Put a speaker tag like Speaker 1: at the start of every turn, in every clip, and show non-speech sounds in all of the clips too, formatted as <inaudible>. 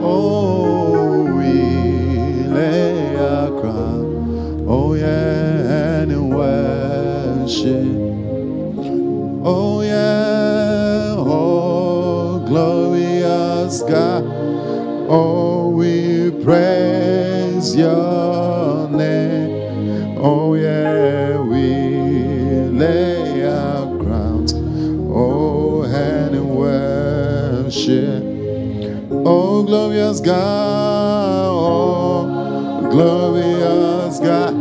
Speaker 1: Oh, il est à croire. Oh, yeah, and worship. Oh, yeah, oh, glorious God. Oh, we praise your name. Oh, yeah, we lay our crowns. Oh, and worship. Oh, glorious God. Oh, glorious God.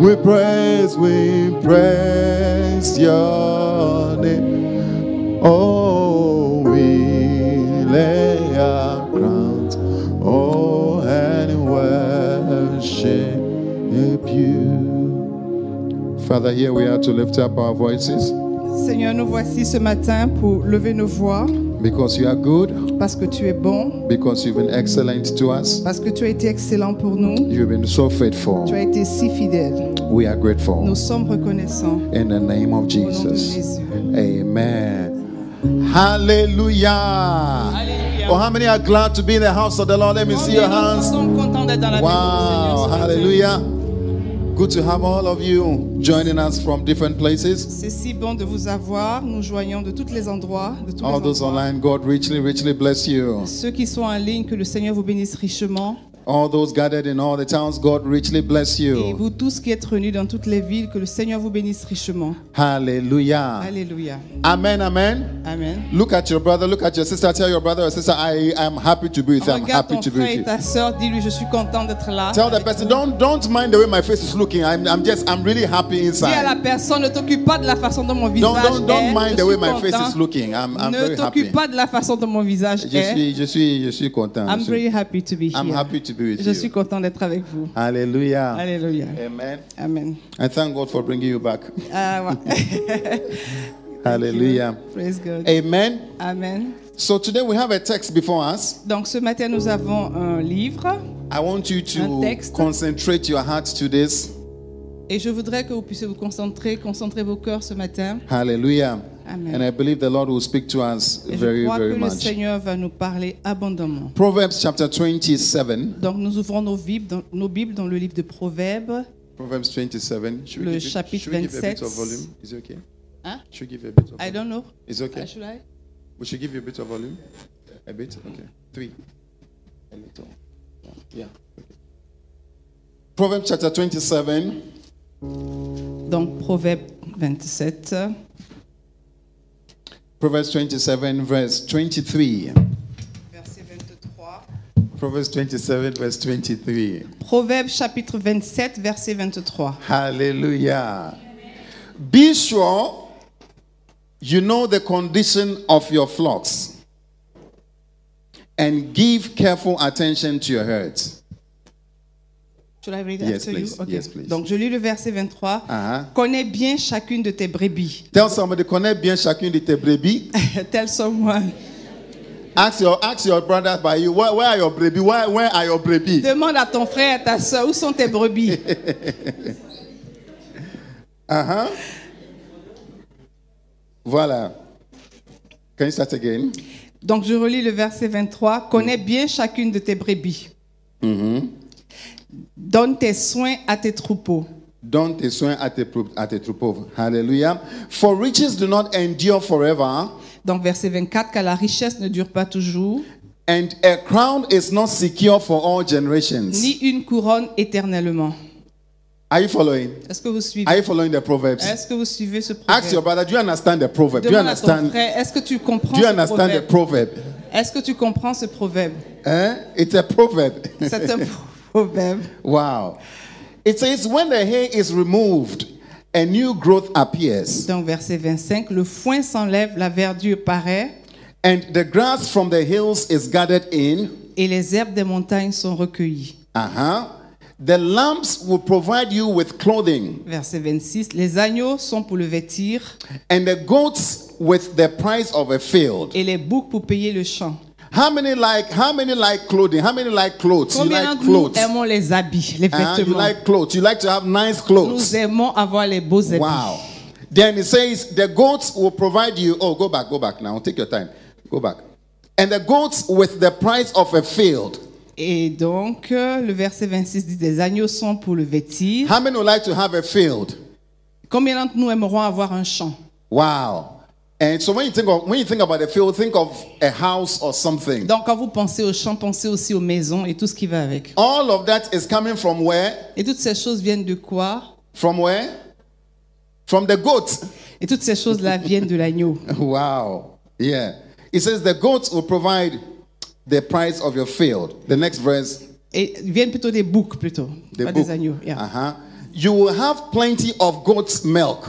Speaker 1: We praise, we praise your name. Oh, we lay our crowns. Oh, and worship you. Father, here we are to lift up our voices
Speaker 2: Seigneur, nous voici ce matin pour lever nos voix
Speaker 1: because you are good,
Speaker 2: parce que tu es bon,
Speaker 1: because you've been excellent to us.
Speaker 2: parce que tu as été excellent pour nous,
Speaker 1: You've been so
Speaker 2: tu as
Speaker 1: faithful.
Speaker 2: été si fidèle.
Speaker 1: We are grateful.
Speaker 2: Nous sommes reconnaissants.
Speaker 1: In the name of
Speaker 2: nom de
Speaker 1: Jesus.
Speaker 2: Jésus.
Speaker 1: Amen. Hallelujah. Oh, how many are glad to be in the house of the Lord? Let me see your
Speaker 3: Nous
Speaker 1: hands.
Speaker 3: sommes contents d'être dans la
Speaker 1: Wow.
Speaker 3: maison du Seigneur. ce matin.
Speaker 1: Hallelujah. Good to have all of you joining us from different places.
Speaker 2: C'est si bon de vous avoir. Nous joignons de tous les endroits, de tous
Speaker 1: All
Speaker 2: les
Speaker 1: those
Speaker 2: endroits.
Speaker 1: online, God richly, richly bless you.
Speaker 2: Ceux qui sont en ligne, que le Seigneur vous bénisse richement.
Speaker 1: All those gathered in all the towns, God richly bless
Speaker 2: Et
Speaker 1: you.
Speaker 2: vous tous qui êtes réunis dans toutes les villes, que le Seigneur vous bénisse richement.
Speaker 1: Hallelujah.
Speaker 2: Alléluia.
Speaker 1: Amen. Amen.
Speaker 2: Amen.
Speaker 1: Look at your brother, look at your sister, tell your brother or sister, I am happy to be with you. I'm
Speaker 2: Regarde
Speaker 1: happy
Speaker 2: ton
Speaker 1: to be with
Speaker 2: frère
Speaker 1: you.
Speaker 2: et ta soeur, dis-lui, je suis content d'être là.
Speaker 1: Tell the person, don't don't mind the way my face is looking. I'm, I'm just I'm really happy
Speaker 2: Dis à la
Speaker 1: inside.
Speaker 2: personne, ne t'occupe pas de la façon dont mon visage
Speaker 1: Don't don't don't
Speaker 2: est.
Speaker 1: mind
Speaker 2: Je
Speaker 1: the way
Speaker 2: suis
Speaker 1: my face
Speaker 2: content.
Speaker 1: is looking. I'm I'm
Speaker 2: ne
Speaker 1: very happy.
Speaker 2: t'occupe pas de la façon dont mon visage
Speaker 1: Je
Speaker 2: est.
Speaker 1: suis je suis je suis content.
Speaker 2: I'm
Speaker 1: Je suis-
Speaker 2: very happy to be
Speaker 1: I'm
Speaker 2: here.
Speaker 1: happy to be with
Speaker 2: Je suis
Speaker 1: you.
Speaker 2: content d'être avec vous.
Speaker 1: Hallelujah.
Speaker 2: Alléluia.
Speaker 1: Amen.
Speaker 2: Amen.
Speaker 1: And thank God for bringing you back.
Speaker 2: Ah, ouais.
Speaker 1: <laughs> Hallelujah.
Speaker 2: Praise God.
Speaker 1: Amen.
Speaker 2: Amen.
Speaker 1: So today we have a text before us.
Speaker 2: Donc ce matin, nous avons un livre
Speaker 1: I want you
Speaker 2: Un
Speaker 1: to
Speaker 2: texte.
Speaker 1: concentrate your heart to this.
Speaker 2: et je voudrais que vous puissiez vous concentrer, concentrer vos cœurs ce matin.
Speaker 1: Hallelujah.
Speaker 2: Amen.
Speaker 1: And I believe the Lord will speak to us
Speaker 2: Et
Speaker 1: very
Speaker 2: je crois
Speaker 1: very
Speaker 2: que le
Speaker 1: much.
Speaker 2: Seigneur va nous parler abondamment.
Speaker 1: Proverbs chapter 27.
Speaker 2: Donc nous ouvrons nos Bibles dans, nos Bibles dans le livre de Proverbes.
Speaker 1: Proverbs 27. Should
Speaker 2: Le
Speaker 1: we, give it-
Speaker 2: chapitre
Speaker 1: should we give a bit of
Speaker 2: 27.
Speaker 1: volume? Is it okay?
Speaker 2: Hein?
Speaker 1: Should we give a bit of
Speaker 2: I
Speaker 1: volume?
Speaker 2: don't know. Uh,
Speaker 1: It's okay.
Speaker 2: Should I?
Speaker 1: We should give you a bit of volume. A bit? Okay. Three. A little. Yeah. Yeah. Okay. Proverbs chapter 27.
Speaker 2: Donc Proverbe 27,
Speaker 1: Proverbs 27, verse 23.
Speaker 2: verset 23.
Speaker 1: Proverbs 27, verse 23.
Speaker 2: Proverbe chapitre 27, verset 23.
Speaker 1: Hallelujah. Be sure you know the condition of your flocks and give careful attention to your herds.
Speaker 2: Should I read
Speaker 1: Yes,
Speaker 2: after you?
Speaker 1: please.
Speaker 2: Okay.
Speaker 1: Yes, please.
Speaker 2: Donc je lis le verset 23.
Speaker 1: Uh-huh.
Speaker 2: Connais bien chacune de tes brebis. <laughs>
Speaker 1: Tell somebody, connais bien chacune de tes brebis.
Speaker 2: Tell someone.
Speaker 1: Ask your, ask your brother by you, where, where are your brebis? Where, where are your brebis?
Speaker 2: Demande à ton frère, à ta soeur, où sont tes
Speaker 1: <laughs>
Speaker 2: brebis
Speaker 1: Uh-huh. Voilà. Can you start again?
Speaker 2: Donc je relis le verset 23.
Speaker 1: Mm.
Speaker 2: Connais bien chacune de tes brebis.
Speaker 1: Mm-hmm.
Speaker 2: Donne tes soins à tes troupeaux.
Speaker 1: Donne tes soins à tes, prou- à tes troupeaux. Hallelujah. For riches do not endure forever,
Speaker 2: Donc verset 24, car la richesse ne dure pas toujours,
Speaker 1: and a crown is not secure for all generations.
Speaker 2: ni une couronne éternellement.
Speaker 1: Are you following?
Speaker 2: Est-ce que vous suivez
Speaker 1: Are you following the proverbs?
Speaker 2: Est-ce que vous suivez ce proverbe
Speaker 1: Ask your brother, do you understand the proverb? Do you
Speaker 2: Demande à ton
Speaker 1: understand?
Speaker 2: frère, est-ce que tu comprends
Speaker 1: Do you
Speaker 2: ce
Speaker 1: understand the
Speaker 2: proverbe
Speaker 1: proverb?
Speaker 2: Est-ce que tu comprends ce proverbe
Speaker 1: <laughs> Eh? It's a proverb. <laughs>
Speaker 2: C'est un proverbe.
Speaker 1: Wow. It says, when the hay is removed, a new growth appears,
Speaker 2: Donc verset 25, le foin s'enlève, la verdure paraît,
Speaker 1: and the grass from the hills is gathered in.
Speaker 2: et les herbes des montagnes sont recueillies.
Speaker 1: Uh huh. The lamps will provide you with clothing,
Speaker 2: Verset 26, les agneaux sont pour le vêtir,
Speaker 1: and the goats with the price of a field.
Speaker 2: et les boucs pour payer le champ.
Speaker 1: How many like how many like clothing? How many like clothes? You
Speaker 2: Combien
Speaker 1: like
Speaker 2: d'entre nous
Speaker 1: clothes.
Speaker 2: aimons les habits, les
Speaker 1: Uh-huh. You
Speaker 2: vêtements
Speaker 1: like clothes. You like to have nice clothes.
Speaker 2: Nous aimons avoir les beaux habits.
Speaker 1: Wow. Then it says, the goats will provide you. Oh, go back, go back now. Take your time. Go back. and the goats with the price of a field.
Speaker 2: Et donc, euh, le verset 26 dit Des agneaux sont pour le vêtir.
Speaker 1: How many would like to have a field?
Speaker 2: Combien d'entre nous aimerons avoir un champ
Speaker 1: Wow. And so when you think of when you think about a field, think of a house or something.
Speaker 2: Donc, quand vous pensez au champ, pensez aussi aux maisons et tout ce qui va avec.
Speaker 1: All of that is coming from where?
Speaker 2: Et toutes ces choses viennent de quoi
Speaker 1: From where? From the goat.
Speaker 2: Et toutes ces choses-là <laughs> viennent de l'agneau.
Speaker 1: <laughs> Wow. Yeah. It says the goats will provide the price of your field. The next verse,
Speaker 2: Et viennent plutôt des boucs, plutôt.
Speaker 1: the
Speaker 2: pas
Speaker 1: book.
Speaker 2: des agneaux. yeah.
Speaker 1: Uh-huh. You will have plenty of goat's milk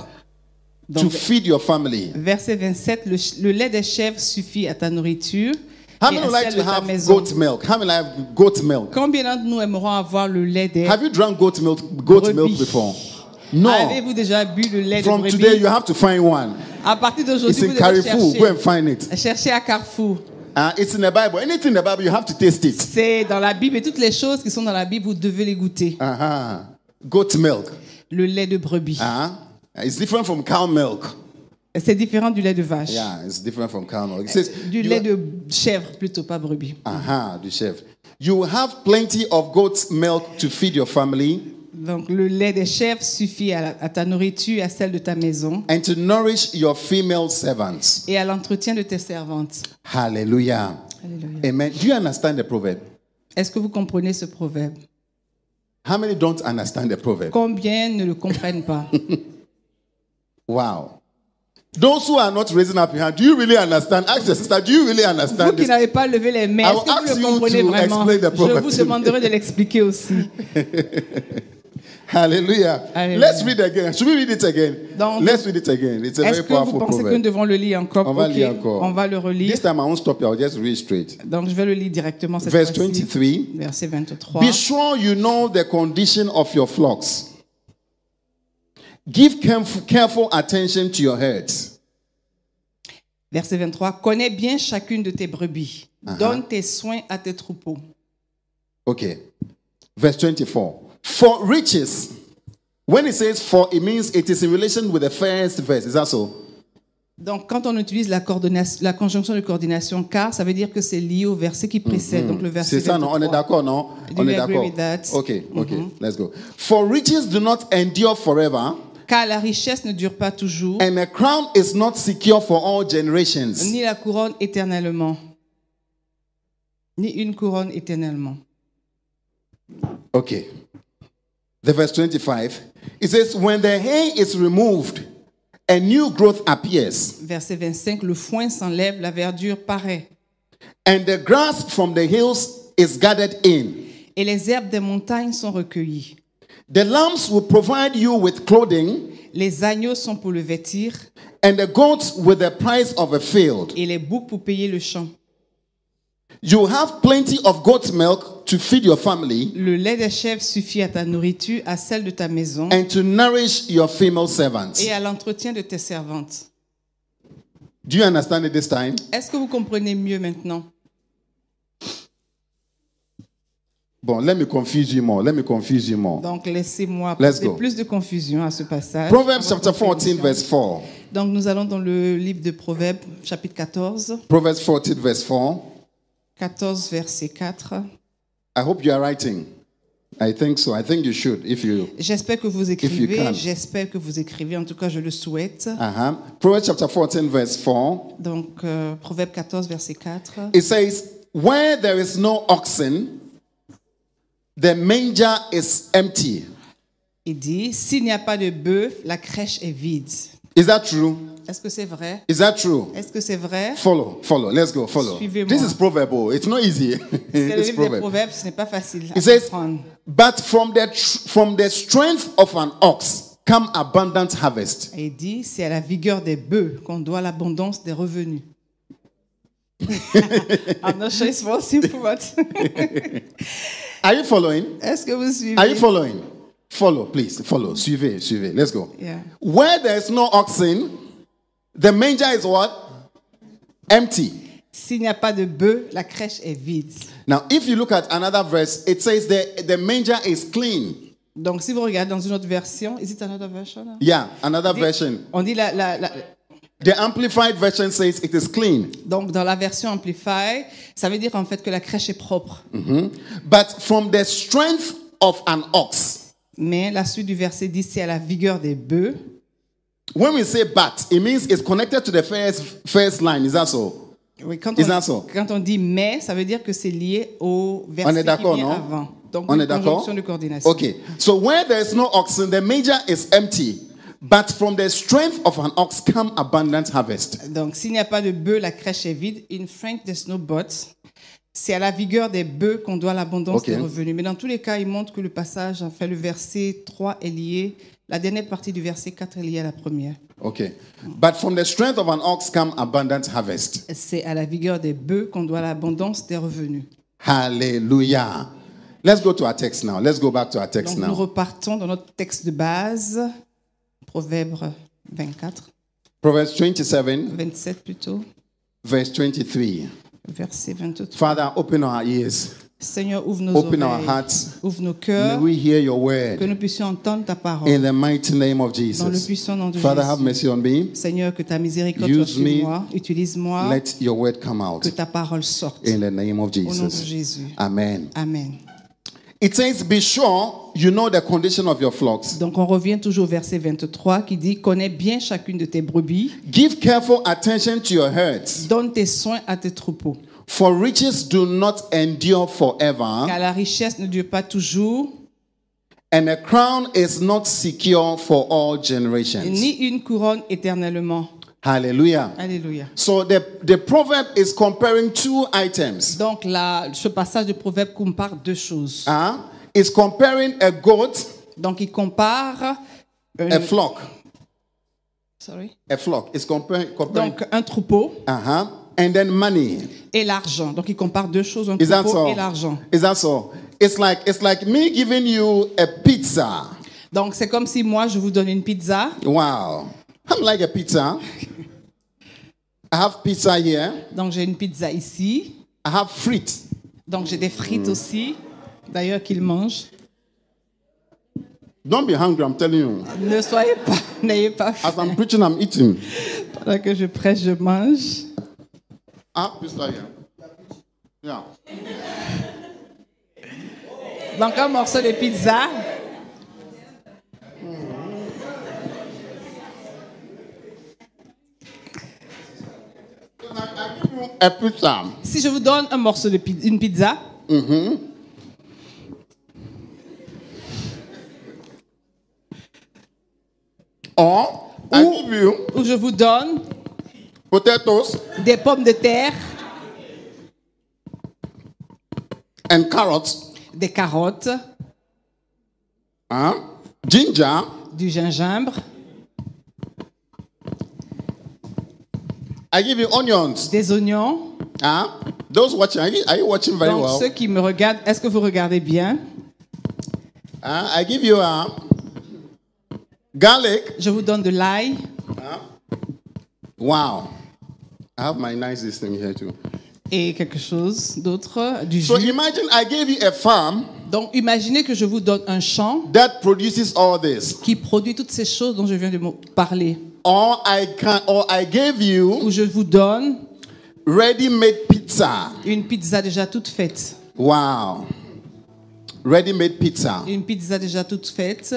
Speaker 1: to
Speaker 2: Donc,
Speaker 1: feed your family.
Speaker 2: verset 27, le, ch- le lait des chèvres suffit à ta nourriture.
Speaker 1: How
Speaker 2: et
Speaker 1: many
Speaker 2: à
Speaker 1: would like
Speaker 2: celle
Speaker 1: to
Speaker 2: de ta
Speaker 1: have
Speaker 2: maison.
Speaker 1: goat milk? How many like goat milk?
Speaker 2: Combien d'entre nous aimerons avoir le lait des
Speaker 1: Have you drunk goat milk goat
Speaker 2: Brebis.
Speaker 1: milk before? No.
Speaker 2: Avez-vous déjà bu le lait
Speaker 1: From
Speaker 2: de brebis
Speaker 1: today you have to find one.
Speaker 2: À partir
Speaker 1: It's
Speaker 2: d'aujourd'hui,
Speaker 1: in
Speaker 2: vous devez
Speaker 1: Carrefour. Go and
Speaker 2: chercher.
Speaker 1: find it.
Speaker 2: Cherchez à Carrefour.
Speaker 1: Uh, it's in the Bible. Anything in the Bible, you have to taste it.
Speaker 2: C'est dans la Bible et toutes les choses qui sont dans la Bible, vous devez les goûter.
Speaker 1: Uh-huh. Goat milk.
Speaker 2: Le lait de brebis.
Speaker 1: Uh-huh. It's different from cow milk.
Speaker 2: C'est différent du lait de vache.
Speaker 1: Yeah, it's different from cow milk. It says
Speaker 2: Eh, Du
Speaker 1: you-
Speaker 2: lait de chèvre plutôt, pas brebis.
Speaker 1: Uh-huh, the chef. You will have plenty of goat's milk to feed your family
Speaker 2: Donc le lait des chèvres suffit à, la- à ta nourriture, à celle de ta maison
Speaker 1: and to nourish your female servants.
Speaker 2: et à l'entretien de tes servantes.
Speaker 1: Hallelujah.
Speaker 2: Alléluia.
Speaker 1: Amen. Do you understand the proverb?
Speaker 2: Est-ce que vous comprenez ce proverbe
Speaker 1: How many don't understand the proverb?
Speaker 2: Combien ne le
Speaker 1: <laughs>
Speaker 2: comprennent pas
Speaker 1: Wow. Those who are not raising up your hand, do you really understand? Ask your sister, do you really
Speaker 2: Vous
Speaker 1: understand
Speaker 2: qui
Speaker 1: this?
Speaker 2: n'avez pas levé les mains,
Speaker 1: I
Speaker 2: est-ce
Speaker 1: will
Speaker 2: que
Speaker 1: ask
Speaker 2: vous le
Speaker 1: you
Speaker 2: comprenez
Speaker 1: to
Speaker 2: vraiment
Speaker 1: explain the
Speaker 2: Je
Speaker 1: proverb
Speaker 2: vous
Speaker 1: to me.
Speaker 2: demanderai de
Speaker 1: <laughs>
Speaker 2: l'expliquer aussi.
Speaker 1: Hallelujah.
Speaker 2: Hallelujah.
Speaker 1: Let's read again. Should we read it again?
Speaker 2: Donc,
Speaker 1: Let's read it again. It's a
Speaker 2: Est-ce
Speaker 1: very
Speaker 2: que vous
Speaker 1: powerful
Speaker 2: pensez que nous
Speaker 1: proverb.
Speaker 2: devons le lire encore
Speaker 1: On va
Speaker 2: Ok,
Speaker 1: lire encore.
Speaker 2: On va le relire.
Speaker 1: This time I won't stop you. I'll just read straight.
Speaker 2: Donc je vais le lire directement cette
Speaker 1: Verse
Speaker 2: fois-ci.
Speaker 1: 23.
Speaker 2: Verset 23.
Speaker 1: Be sure you know the condition of your flocks. Give caref- careful attention to your herds.
Speaker 2: Verset 23. Connais bien chacune de tes brebis.
Speaker 1: Uh-huh.
Speaker 2: Donne tes soins à tes troupeaux.
Speaker 1: Okay. Verse 24. For riches. When it says for, it means it is in relation with the first verse. Is that so?
Speaker 2: Donc, quand on utilise la, coordination- la conjonction de coordination car, ça veut dire que c'est lié au verset qui précède, donc le verset
Speaker 1: Mm-hmm. C'est ça, non?
Speaker 2: 23.
Speaker 1: On est d'accord, non?
Speaker 2: Do
Speaker 1: On
Speaker 2: you
Speaker 1: est
Speaker 2: agree
Speaker 1: d'accord.
Speaker 2: with that? Mm-hmm.
Speaker 1: Okay, okay, let's go. For riches do not endure forever,
Speaker 2: Car la richesse ne dure pas toujours,
Speaker 1: and a crown is not secure for all generations.
Speaker 2: ni la couronne éternellement. Ni une couronne éternellement.
Speaker 1: Okay. The verse 25. It says, When the hay is removed, a new growth appears,
Speaker 2: Verset 25. Le foin s'enlève, la verdure paraît.
Speaker 1: and the grass from the hills is gathered in.
Speaker 2: Et les herbes des montagnes sont recueillies.
Speaker 1: The lambs will provide you with clothing,
Speaker 2: Les agneaux sont pour le vêtir,
Speaker 1: and the goats with the price of a field.
Speaker 2: et les boucs pour payer le champ.
Speaker 1: You have plenty of goat's milk to feed your family
Speaker 2: Le lait des chèvres suffit à ta nourriture, à celle de ta maison,
Speaker 1: and to nourish your female servants.
Speaker 2: et à l'entretien de tes servantes.
Speaker 1: Do you understand it this time?
Speaker 2: Est-ce que vous comprenez mieux maintenant
Speaker 1: Bon, let me confuse you more. Let me confuse you more.
Speaker 2: Donc laissez-moi
Speaker 1: Let's
Speaker 2: apporter
Speaker 1: go.
Speaker 2: plus de confusion à ce passage.
Speaker 1: Proverbs
Speaker 2: À votre
Speaker 1: chapter 14,
Speaker 2: compréhension.
Speaker 1: verse 4.
Speaker 2: Donc nous allons dans le livre de Proverbes, chapitre 14,
Speaker 1: Proverbs 14, verse 4.
Speaker 2: 14 verset 4.
Speaker 1: I hope you are writing. I think so. I think you should if you.
Speaker 2: J'espère que vous
Speaker 1: you
Speaker 2: écrivez,
Speaker 1: can.
Speaker 2: j'espère que vous écrivez, en tout cas je le souhaite.
Speaker 1: Uh huh. Proverbs chapter 14, verse 4.
Speaker 2: Donc euh, Proverbes 14 verset 4.
Speaker 1: It says, Where there is no oxen, the manger is empty.
Speaker 2: Il dit, s'il n'y a pas de bœuf, la crèche est vide.
Speaker 1: Is that true?
Speaker 2: Est-ce que c'est vrai
Speaker 1: Is that true?
Speaker 2: Est-ce que c'est vrai
Speaker 1: Follow, follow. Let's go, follow.
Speaker 2: Suivez-moi.
Speaker 1: This is proverb. oh. It's not easy. <laughs>
Speaker 2: C'est le
Speaker 1: it's
Speaker 2: livre des
Speaker 1: proverb.
Speaker 2: Proverbes, ce n'est pas facile à
Speaker 1: It says,
Speaker 2: comprendre.
Speaker 1: But from the, tr- from the strength of an ox come abundant harvest.
Speaker 2: Et il dit, c'est à la vigueur des bœufs qu'on doit l'abondance
Speaker 1: <laughs>
Speaker 2: des revenus. I'm not sure it's possible, but- <laughs>
Speaker 1: Are you following?
Speaker 2: Est-ce que vous suivez
Speaker 1: Are you following? Follow, please. Follow. Suivez, suivez. Let's go.
Speaker 2: Yeah.
Speaker 1: Where there's no oxen, the manger is what? Empty.
Speaker 2: S'il n'y a pas de bœuf, la crèche est vide.
Speaker 1: Now, if you look at another verse, it says the, the manger is clean.
Speaker 2: Donc, si vous regardez dans une autre version, is it another version?
Speaker 1: Yeah, another version.
Speaker 2: On dit la, la, la-
Speaker 1: The Amplified Version says it is clean.
Speaker 2: Donc, dans la version Amplify, ça veut dire en fait que la crèche est propre.
Speaker 1: Mm. But from the strength of an ox,
Speaker 2: Mais la suite du verset dit c'est à la vigueur des bœufs.
Speaker 1: when we say but, it means it's connected to the first, first line. Is that so?
Speaker 2: Oui, quand,
Speaker 1: Is that so?
Speaker 2: on, quand on dit mais, ça veut dire que c'est lié au verset
Speaker 1: On est d'accord,
Speaker 2: qui vient
Speaker 1: non
Speaker 2: avant. Donc,
Speaker 1: On
Speaker 2: une
Speaker 1: est d'accord?
Speaker 2: conjonction de coordination.
Speaker 1: Okay. So where there is no oxen, the major is empty. But from the strength of an ox come abundant harvest.
Speaker 2: Donc, s'il n'y a pas de bœufs, la crèche est vide. In Frank the Snowbot, c'est à la vigueur des bœufs qu'on doit l'abondance
Speaker 1: Ok.
Speaker 2: des revenus. Mais dans tous les cas, il montre que le passage, enfin, le verset 3 est lié, la dernière partie du verset 4 est liée à la première.
Speaker 1: Okay. But from the strength of an ox come abundant harvest.
Speaker 2: C'est à la vigueur des bœufs qu'on doit l'abondance des revenus.
Speaker 1: Hallelujah. Let's go to our text now. Let's go back to our text
Speaker 2: Donc, nous
Speaker 1: now.
Speaker 2: repartons dans notre texte de base, Proverbe 24,
Speaker 1: Proverbs 27,
Speaker 2: 27 plutôt,
Speaker 1: verse 23.
Speaker 2: verset 23.
Speaker 1: Father, open our ears.
Speaker 2: Seigneur, ouvre nos
Speaker 1: Open our
Speaker 2: oreilles,
Speaker 1: hearts.
Speaker 2: ouvre nos
Speaker 1: May
Speaker 2: cœurs,
Speaker 1: we hear your
Speaker 2: que
Speaker 1: word
Speaker 2: nous puissions entendre ta parole.
Speaker 1: in the mighty name of
Speaker 2: Dans le
Speaker 1: Jesus.
Speaker 2: puissant nom de
Speaker 1: Father,
Speaker 2: Jésus.
Speaker 1: have mercy on me.
Speaker 2: Seigneur, que ta miséricorde
Speaker 1: Use
Speaker 2: soit sur
Speaker 1: me.
Speaker 2: moi. Utilise-moi.
Speaker 1: Let your word come out
Speaker 2: Ah. que ta parole sorte.
Speaker 1: in the name of
Speaker 2: Au nom de
Speaker 1: Jesus.
Speaker 2: Jésus.
Speaker 1: Amen.
Speaker 2: Amen.
Speaker 1: It says, Be sure you know the condition of your flocks.
Speaker 2: Donc on revient toujours au verset 23 qui dit Connais bien chacune de tes brebis,
Speaker 1: Give careful attention to your herds,
Speaker 2: donne tes soins à tes troupeaux.
Speaker 1: for riches do not endure forever,
Speaker 2: Car la richesse ne dure pas toujours,
Speaker 1: and a crown is not secure for all generations.
Speaker 2: ni une couronne éternellement.
Speaker 1: Hallelujah.
Speaker 2: Alléluia.
Speaker 1: So the, the proverb is comparing two items.
Speaker 2: Donc là, ce passage de proverbe compare deux choses.
Speaker 1: Huh? It's uh, comparing a goat,
Speaker 2: Donc il compare un,
Speaker 1: a flock.
Speaker 2: sorry.
Speaker 1: A flock. It's comparing. comparing
Speaker 2: Donc un troupeau
Speaker 1: uh-huh. And then money.
Speaker 2: et l'argent. Donc il compare deux choses, un
Speaker 1: Is that
Speaker 2: troupeau
Speaker 1: so?
Speaker 2: et l'argent.
Speaker 1: Is that so? It's like it's like me giving you a pizza.
Speaker 2: Donc c'est comme si moi je vous donne une pizza
Speaker 1: Wow. I'm like a pizza. I have pizza here.
Speaker 2: Donc j'ai une pizza ici.
Speaker 1: I have frit.
Speaker 2: Donc j'ai des frites aussi. D'ailleurs qu'ils mangent.
Speaker 1: Don't be hungry, I'm telling you.
Speaker 2: Ne soyez pas, <laughs> n'ayez pas faim.
Speaker 1: As I'm preaching, I'm eating.
Speaker 2: Pendant que je prêche, je mange.
Speaker 1: I have pizza here. Yeah.
Speaker 2: Donc un morceau de pizza.
Speaker 1: I give you a pizza.
Speaker 2: Si je vous donne un morceau de pi- une pizza,
Speaker 1: Or I
Speaker 2: Ooh.
Speaker 1: give you
Speaker 2: ou je vous donne
Speaker 1: potatoes
Speaker 2: des pommes de terre,
Speaker 1: and carrots,
Speaker 2: des carottes,
Speaker 1: huh? ginger,
Speaker 2: du gingembre,
Speaker 1: I give you onions.
Speaker 2: des oignons.
Speaker 1: Huh? Those watching, are you, are you watching very
Speaker 2: Donc
Speaker 1: well?
Speaker 2: ceux qui me regardent, est-ce que vous regardez bien
Speaker 1: Huh? I give you uh, garlic.
Speaker 2: Je vous donne de l'ail.
Speaker 1: Wow. I have my nicest thing here too.
Speaker 2: Et quelque chose d'autre, du
Speaker 1: So
Speaker 2: jus.
Speaker 1: imagine I gave you a farm
Speaker 2: Donc imaginez que je vous donne un champ
Speaker 1: that produces all this.
Speaker 2: qui produit toutes ces choses dont je viens de mo- parler.
Speaker 1: Or I can or I gave you
Speaker 2: où je vous donne
Speaker 1: ready-made pizza.
Speaker 2: une pizza déjà toute faite.
Speaker 1: Wow. Ready-made pizza.
Speaker 2: Une pizza déjà toute faite.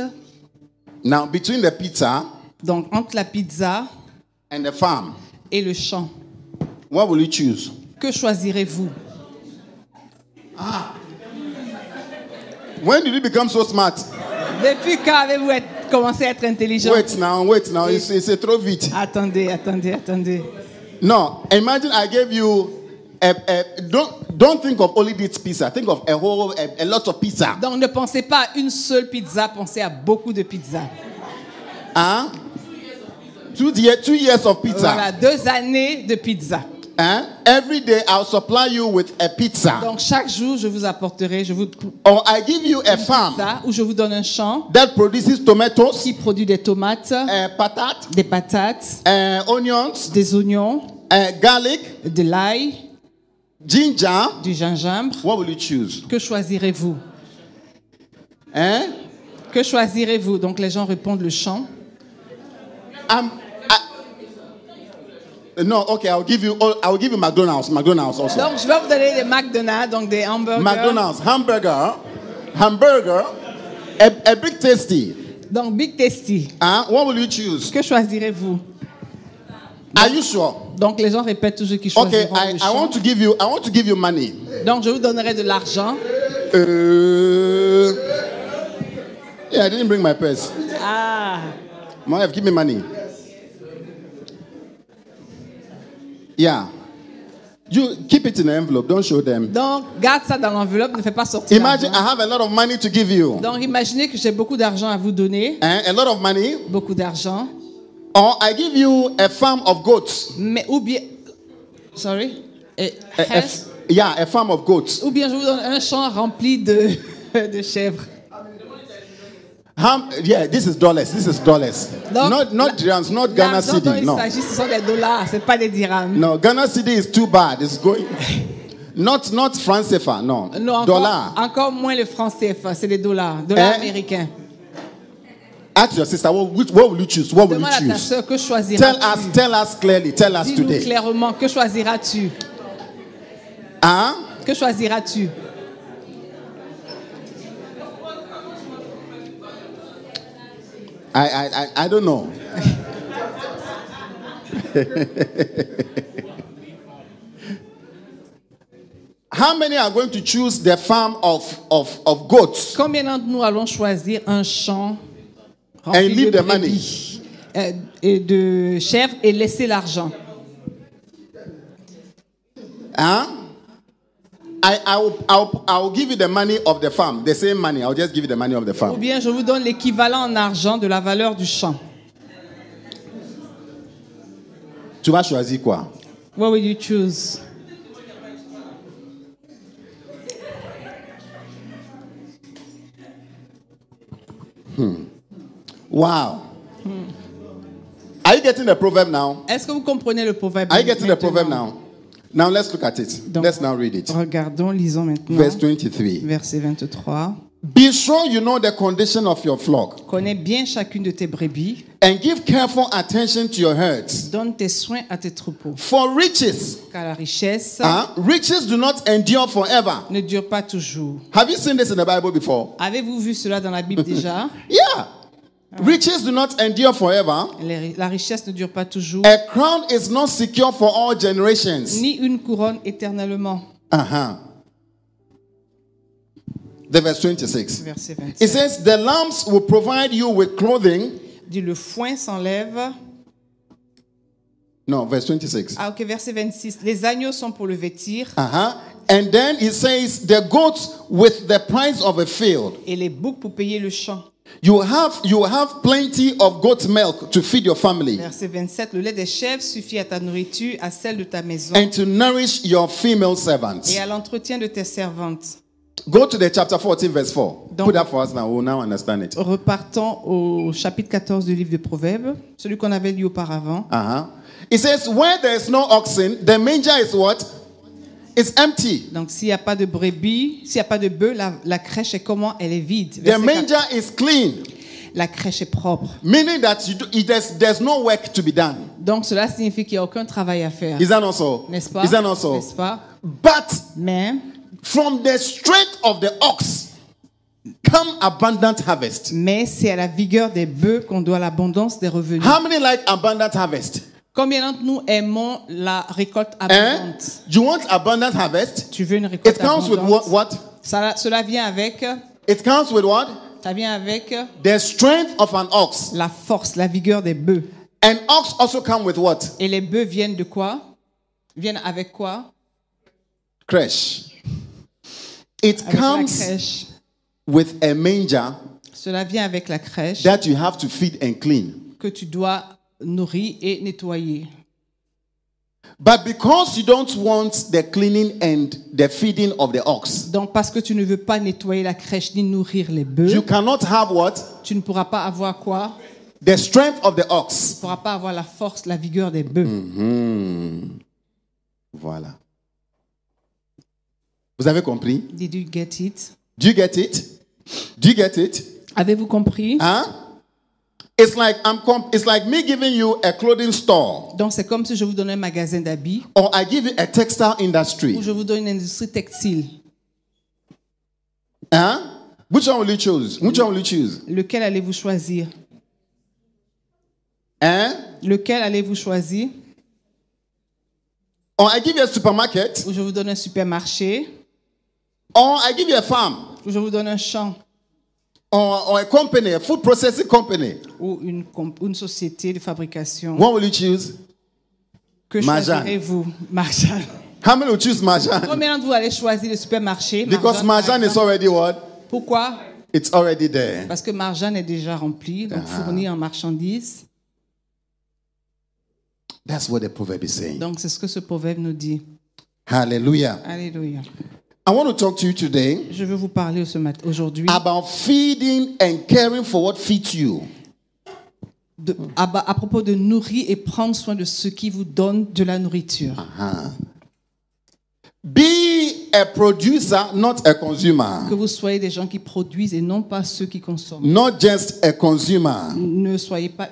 Speaker 1: Now between the pizza
Speaker 2: Donc, entre la pizza
Speaker 1: and the farm,
Speaker 2: et le champ,
Speaker 1: what will you choose?
Speaker 2: que choisirez-vous
Speaker 1: When did you become so smart?
Speaker 2: Depuis quand avez-vous être- commencé à être intelligent
Speaker 1: Wait now, wait now. It's, it's a throw vite.
Speaker 2: Attendez, attendez, attendez.
Speaker 1: No, imagine I gave you a, a don't don't think of only this pizza. Think of a whole a, a lot of pizza.
Speaker 2: Donc, ne pensez pas à une seule pizza, pensez à beaucoup de pizzas.
Speaker 1: Huh? Two, year, two years of pizza.
Speaker 2: Voilà, deux années de pizza.
Speaker 1: Huh? Every day I'll supply you with a pizza.
Speaker 2: Donc, chaque jour, je vous apporterai, je vous
Speaker 1: or I give you a farm
Speaker 2: ça, ou je vous donne un champ
Speaker 1: that produces tomatoes,
Speaker 2: qui produit des tomates,
Speaker 1: uh, patat,
Speaker 2: des patates,
Speaker 1: uh, onions,
Speaker 2: des oignons,
Speaker 1: uh, garlic,
Speaker 2: de l'ail,
Speaker 1: ginger.
Speaker 2: du gingembre.
Speaker 1: What will you choose?
Speaker 2: Que choisirez-vous
Speaker 1: Eh?
Speaker 2: Que choisirez-vous Donc les gens répondent le champ.
Speaker 1: I'm, Um, I, No, okay, I'll give you all, I'll give you McDonald's, McDonald's also.
Speaker 2: Donc, je vais vous donner des McDonald's, donc des hamburgers.
Speaker 1: McDonald's, hamburger, hamburger, a, a big tasty.
Speaker 2: Donc, Big Tasty.
Speaker 1: Huh? What will you choose?
Speaker 2: Que choisirez-vous
Speaker 1: Are you sure?
Speaker 2: Donc, les gens répètent toujours qu'ils
Speaker 1: Okay,
Speaker 2: choisiront
Speaker 1: I,
Speaker 2: le
Speaker 1: I
Speaker 2: choix.
Speaker 1: want to give you I want to give you money.
Speaker 2: Donc, je vous donnerai de l'argent.
Speaker 1: Uh, yeah, I didn't bring my purse.
Speaker 2: Ah,
Speaker 1: My wife, give me money. Yeah. You keep it in an envelope. Don't show them.
Speaker 2: donc, garde ça dans l'enveloppe, ne fais pas sortir.
Speaker 1: Imagine
Speaker 2: l'argent.
Speaker 1: I have a lot of money to give you.
Speaker 2: Donc, imaginez que j'ai beaucoup d'argent à vous donner,
Speaker 1: Eh, a lot of money.
Speaker 2: beaucoup d'argent,
Speaker 1: Or I give you a farm of goats.
Speaker 2: mais ou bien, sorry, Eh,
Speaker 1: A- a f- yeah, a farm of goats.
Speaker 2: ou bien je vous donne un champ rempli de, <laughs> de chèvres.
Speaker 1: How, yeah, this is dollars. This is dollars.
Speaker 2: No,
Speaker 1: not
Speaker 2: la-
Speaker 1: not dirhams, not Ghana
Speaker 2: L'argent dont
Speaker 1: city.
Speaker 2: il
Speaker 1: No.
Speaker 2: s'agit, ce sont des dollars, ce pas des dirhams.
Speaker 1: No, Ghana city is too bad. It's going not not Francifa, no.
Speaker 2: Non, encore,
Speaker 1: Dollar.
Speaker 2: encore moins le franc CFA, c'est les dollars, dollars
Speaker 1: Hein?
Speaker 2: américains.
Speaker 1: Ask your sister, what, which, what will you choose? What will
Speaker 2: Demande
Speaker 1: you
Speaker 2: à ta
Speaker 1: choose?
Speaker 2: soeur que
Speaker 1: Tell
Speaker 2: choisiras-tu.
Speaker 1: us, tell us clearly, tell us
Speaker 2: Dis-nous
Speaker 1: today.
Speaker 2: clairement, que choisiras-tu
Speaker 1: Hein?
Speaker 2: Que choisiras-tu
Speaker 1: I, I, I, I don't know. <laughs> How many are going to choose the farm of, of, of goats?
Speaker 2: Combien d'entre nous allons choisir un champ
Speaker 1: And
Speaker 2: rempli
Speaker 1: leave
Speaker 2: de
Speaker 1: the money.
Speaker 2: brebis, euh, et de chèvres et laisser l'argent
Speaker 1: Huh? I, I, will, I, will, I will give you the money of the farm, the same money. I'll just give you the money of the
Speaker 2: Ou
Speaker 1: farm.
Speaker 2: bien je vous donne l'équivalent en argent de la valeur du champ.
Speaker 1: Tu vas choisir quoi?
Speaker 2: What will you choose
Speaker 1: Wow. Are you getting the proverb now?
Speaker 2: Est-ce que vous comprenez le proverbe
Speaker 1: Are you getting the proverb
Speaker 2: maintenant?
Speaker 1: now? Now let's look at it.
Speaker 2: Donc,
Speaker 1: Let's now read it.
Speaker 2: Regardons, lisons maintenant.
Speaker 1: Verse 23.
Speaker 2: Verset 23.
Speaker 1: Be sure you know the condition of your flock
Speaker 2: Connais bien chacune de tes brebis.
Speaker 1: and give careful attention to your herds.
Speaker 2: Donne tes soins à tes troupeaux.
Speaker 1: For riches,
Speaker 2: Car la richesse
Speaker 1: huh? riches do not endure forever.
Speaker 2: ne dure pas toujours.
Speaker 1: Have you seen this in the Bible before?
Speaker 2: Avez-vous vu cela dans
Speaker 1: <laughs>
Speaker 2: la Bible déjà
Speaker 1: Yeah. Riches do not endure forever.
Speaker 2: Les- La richesse ne dure pas toujours.
Speaker 1: A crown is not secure for all generations.
Speaker 2: Ni une couronne éternellement.
Speaker 1: Uh huh. The verse 26.
Speaker 2: Verset
Speaker 1: It
Speaker 2: 27.
Speaker 1: says, The lambs will provide you with clothing.
Speaker 2: Dit le foin s'enlève.
Speaker 1: No, verse 26.
Speaker 2: Ah ok, verset 26. Les agneaux sont pour le vêtir
Speaker 1: Uh huh. And then it says, The goats with the price of a field.
Speaker 2: et les boucs pour payer le champ.
Speaker 1: You have you have plenty of goat milk to feed your family
Speaker 2: Verset 27. Le lait des chèvres suffit à ta nourriture, à celle de ta maison
Speaker 1: and to nourish your female servants.
Speaker 2: et à l'entretien de tes servantes.
Speaker 1: Go to the chapter 14, verse 4.
Speaker 2: Don't-
Speaker 1: Put that for us now. We'll now understand it.
Speaker 2: Repartons au chapitre 14 du livre de Proverbes, celui qu'on avait lu auparavant.
Speaker 1: Uh-huh. It says, where there is no oxen, the manger is what? It's empty.
Speaker 2: Donc, s'il n'y a pas de brebis, s'il n'y a pas de bœuf, la, la crèche est comment Elle est vide.
Speaker 1: The
Speaker 2: Verset
Speaker 1: manger is clean,
Speaker 2: 4. La crèche est propre.
Speaker 1: meaning that you do, it, there's, there's no work to be done.
Speaker 2: Donc, cela signifie qu'il n'y a aucun travail à faire.
Speaker 1: Is that not so?
Speaker 2: N'est-ce pas
Speaker 1: Is that not so?
Speaker 2: N'est-ce pas
Speaker 1: But
Speaker 2: Mais,
Speaker 1: from the strength of the ox come abundant harvest.
Speaker 2: mais c'est à la vigueur des bœufs qu'on doit l'abondance des revenus.
Speaker 1: How many like abundant harvest?
Speaker 2: Combien d'entre nous aimons la récolte
Speaker 1: Eh?
Speaker 2: abondante
Speaker 1: You want abundant harvest?
Speaker 2: Tu veux une récolte
Speaker 1: It comes with
Speaker 2: abondante
Speaker 1: what, what?
Speaker 2: Ça- Cela vient avec,
Speaker 1: It comes with what?
Speaker 2: ça vient avec
Speaker 1: The strength of an ox.
Speaker 2: la force, la vigueur des bœufs.
Speaker 1: An ox also come with what?
Speaker 2: Et les bœufs viennent de quoi Viennent avec quoi
Speaker 1: Crash. It
Speaker 2: Avec la
Speaker 1: comes
Speaker 2: crèche.
Speaker 1: with a manger
Speaker 2: Cela vient avec la crèche
Speaker 1: that you have to feed and clean.
Speaker 2: que tu dois nourrir et nettoyer.
Speaker 1: But because you don't want the cleaning and the feeding of the ox,
Speaker 2: Donc parce que tu ne veux pas nettoyer la crèche ni nourrir les bœufs,
Speaker 1: you cannot have what?
Speaker 2: tu ne pourras pas avoir quoi Tu
Speaker 1: The strength of the ox.
Speaker 2: ne pourras pas avoir la force, la vigueur des bœufs.
Speaker 1: Voilà. Vous avez compris?
Speaker 2: Did you get it
Speaker 1: Do you get it? Do you get it? Ah.
Speaker 2: Avez-vous compris
Speaker 1: Hein? It's like I'm comp- it's like me giving you a clothing store
Speaker 2: Donc, c'est comme si je vous donnais un magasin d'habits
Speaker 1: or I give you a textile industry.
Speaker 2: ou je vous donne une industrie textile.
Speaker 1: Huh? Which one will you choose? Which one will you choose?
Speaker 2: Lequel allez-vous choisir
Speaker 1: Huh?
Speaker 2: Lequel allez-vous choisir
Speaker 1: Or I give you a supermarket
Speaker 2: Ou je vous donne un supermarché
Speaker 1: or I give you a farm
Speaker 2: Ou je vous donne un champ
Speaker 1: or, or a company, a food processing company.
Speaker 2: Ou une, comp- une société de fabrication
Speaker 1: What will you choose?
Speaker 2: Que
Speaker 1: Marjan.
Speaker 2: choisirez-vous Marjan.
Speaker 1: How many will choose
Speaker 2: <laughs>
Speaker 1: Marjan?
Speaker 2: Combien d'entre vous allez choisir le supermarché
Speaker 1: Because
Speaker 2: par
Speaker 1: Marjan is
Speaker 2: exemple?
Speaker 1: already what?
Speaker 2: Pourquoi
Speaker 1: It's already there.
Speaker 2: Parce que Marjan est déjà rempli, donc
Speaker 1: Ah.
Speaker 2: fourni en marchandises.
Speaker 1: That's what the proverb is saying.
Speaker 2: Donc, c'est ce que ce proverbe nous dit.
Speaker 1: Hallelujah.
Speaker 2: Alléluia.
Speaker 1: I want to talk to you today
Speaker 2: Je veux vous parler ce mat- aujourd'hui
Speaker 1: about feeding and caring for what feeds you.
Speaker 2: de- à, ba- à propos de nourrir et prendre soin de ceux qui vous donnent de la nourriture.
Speaker 1: Ah. Be a producer, not a consumer.
Speaker 2: Que vous soyez des gens qui produisent et non pas ceux qui consomment.
Speaker 1: Not just a consumer.
Speaker 2: Ne soyez pas,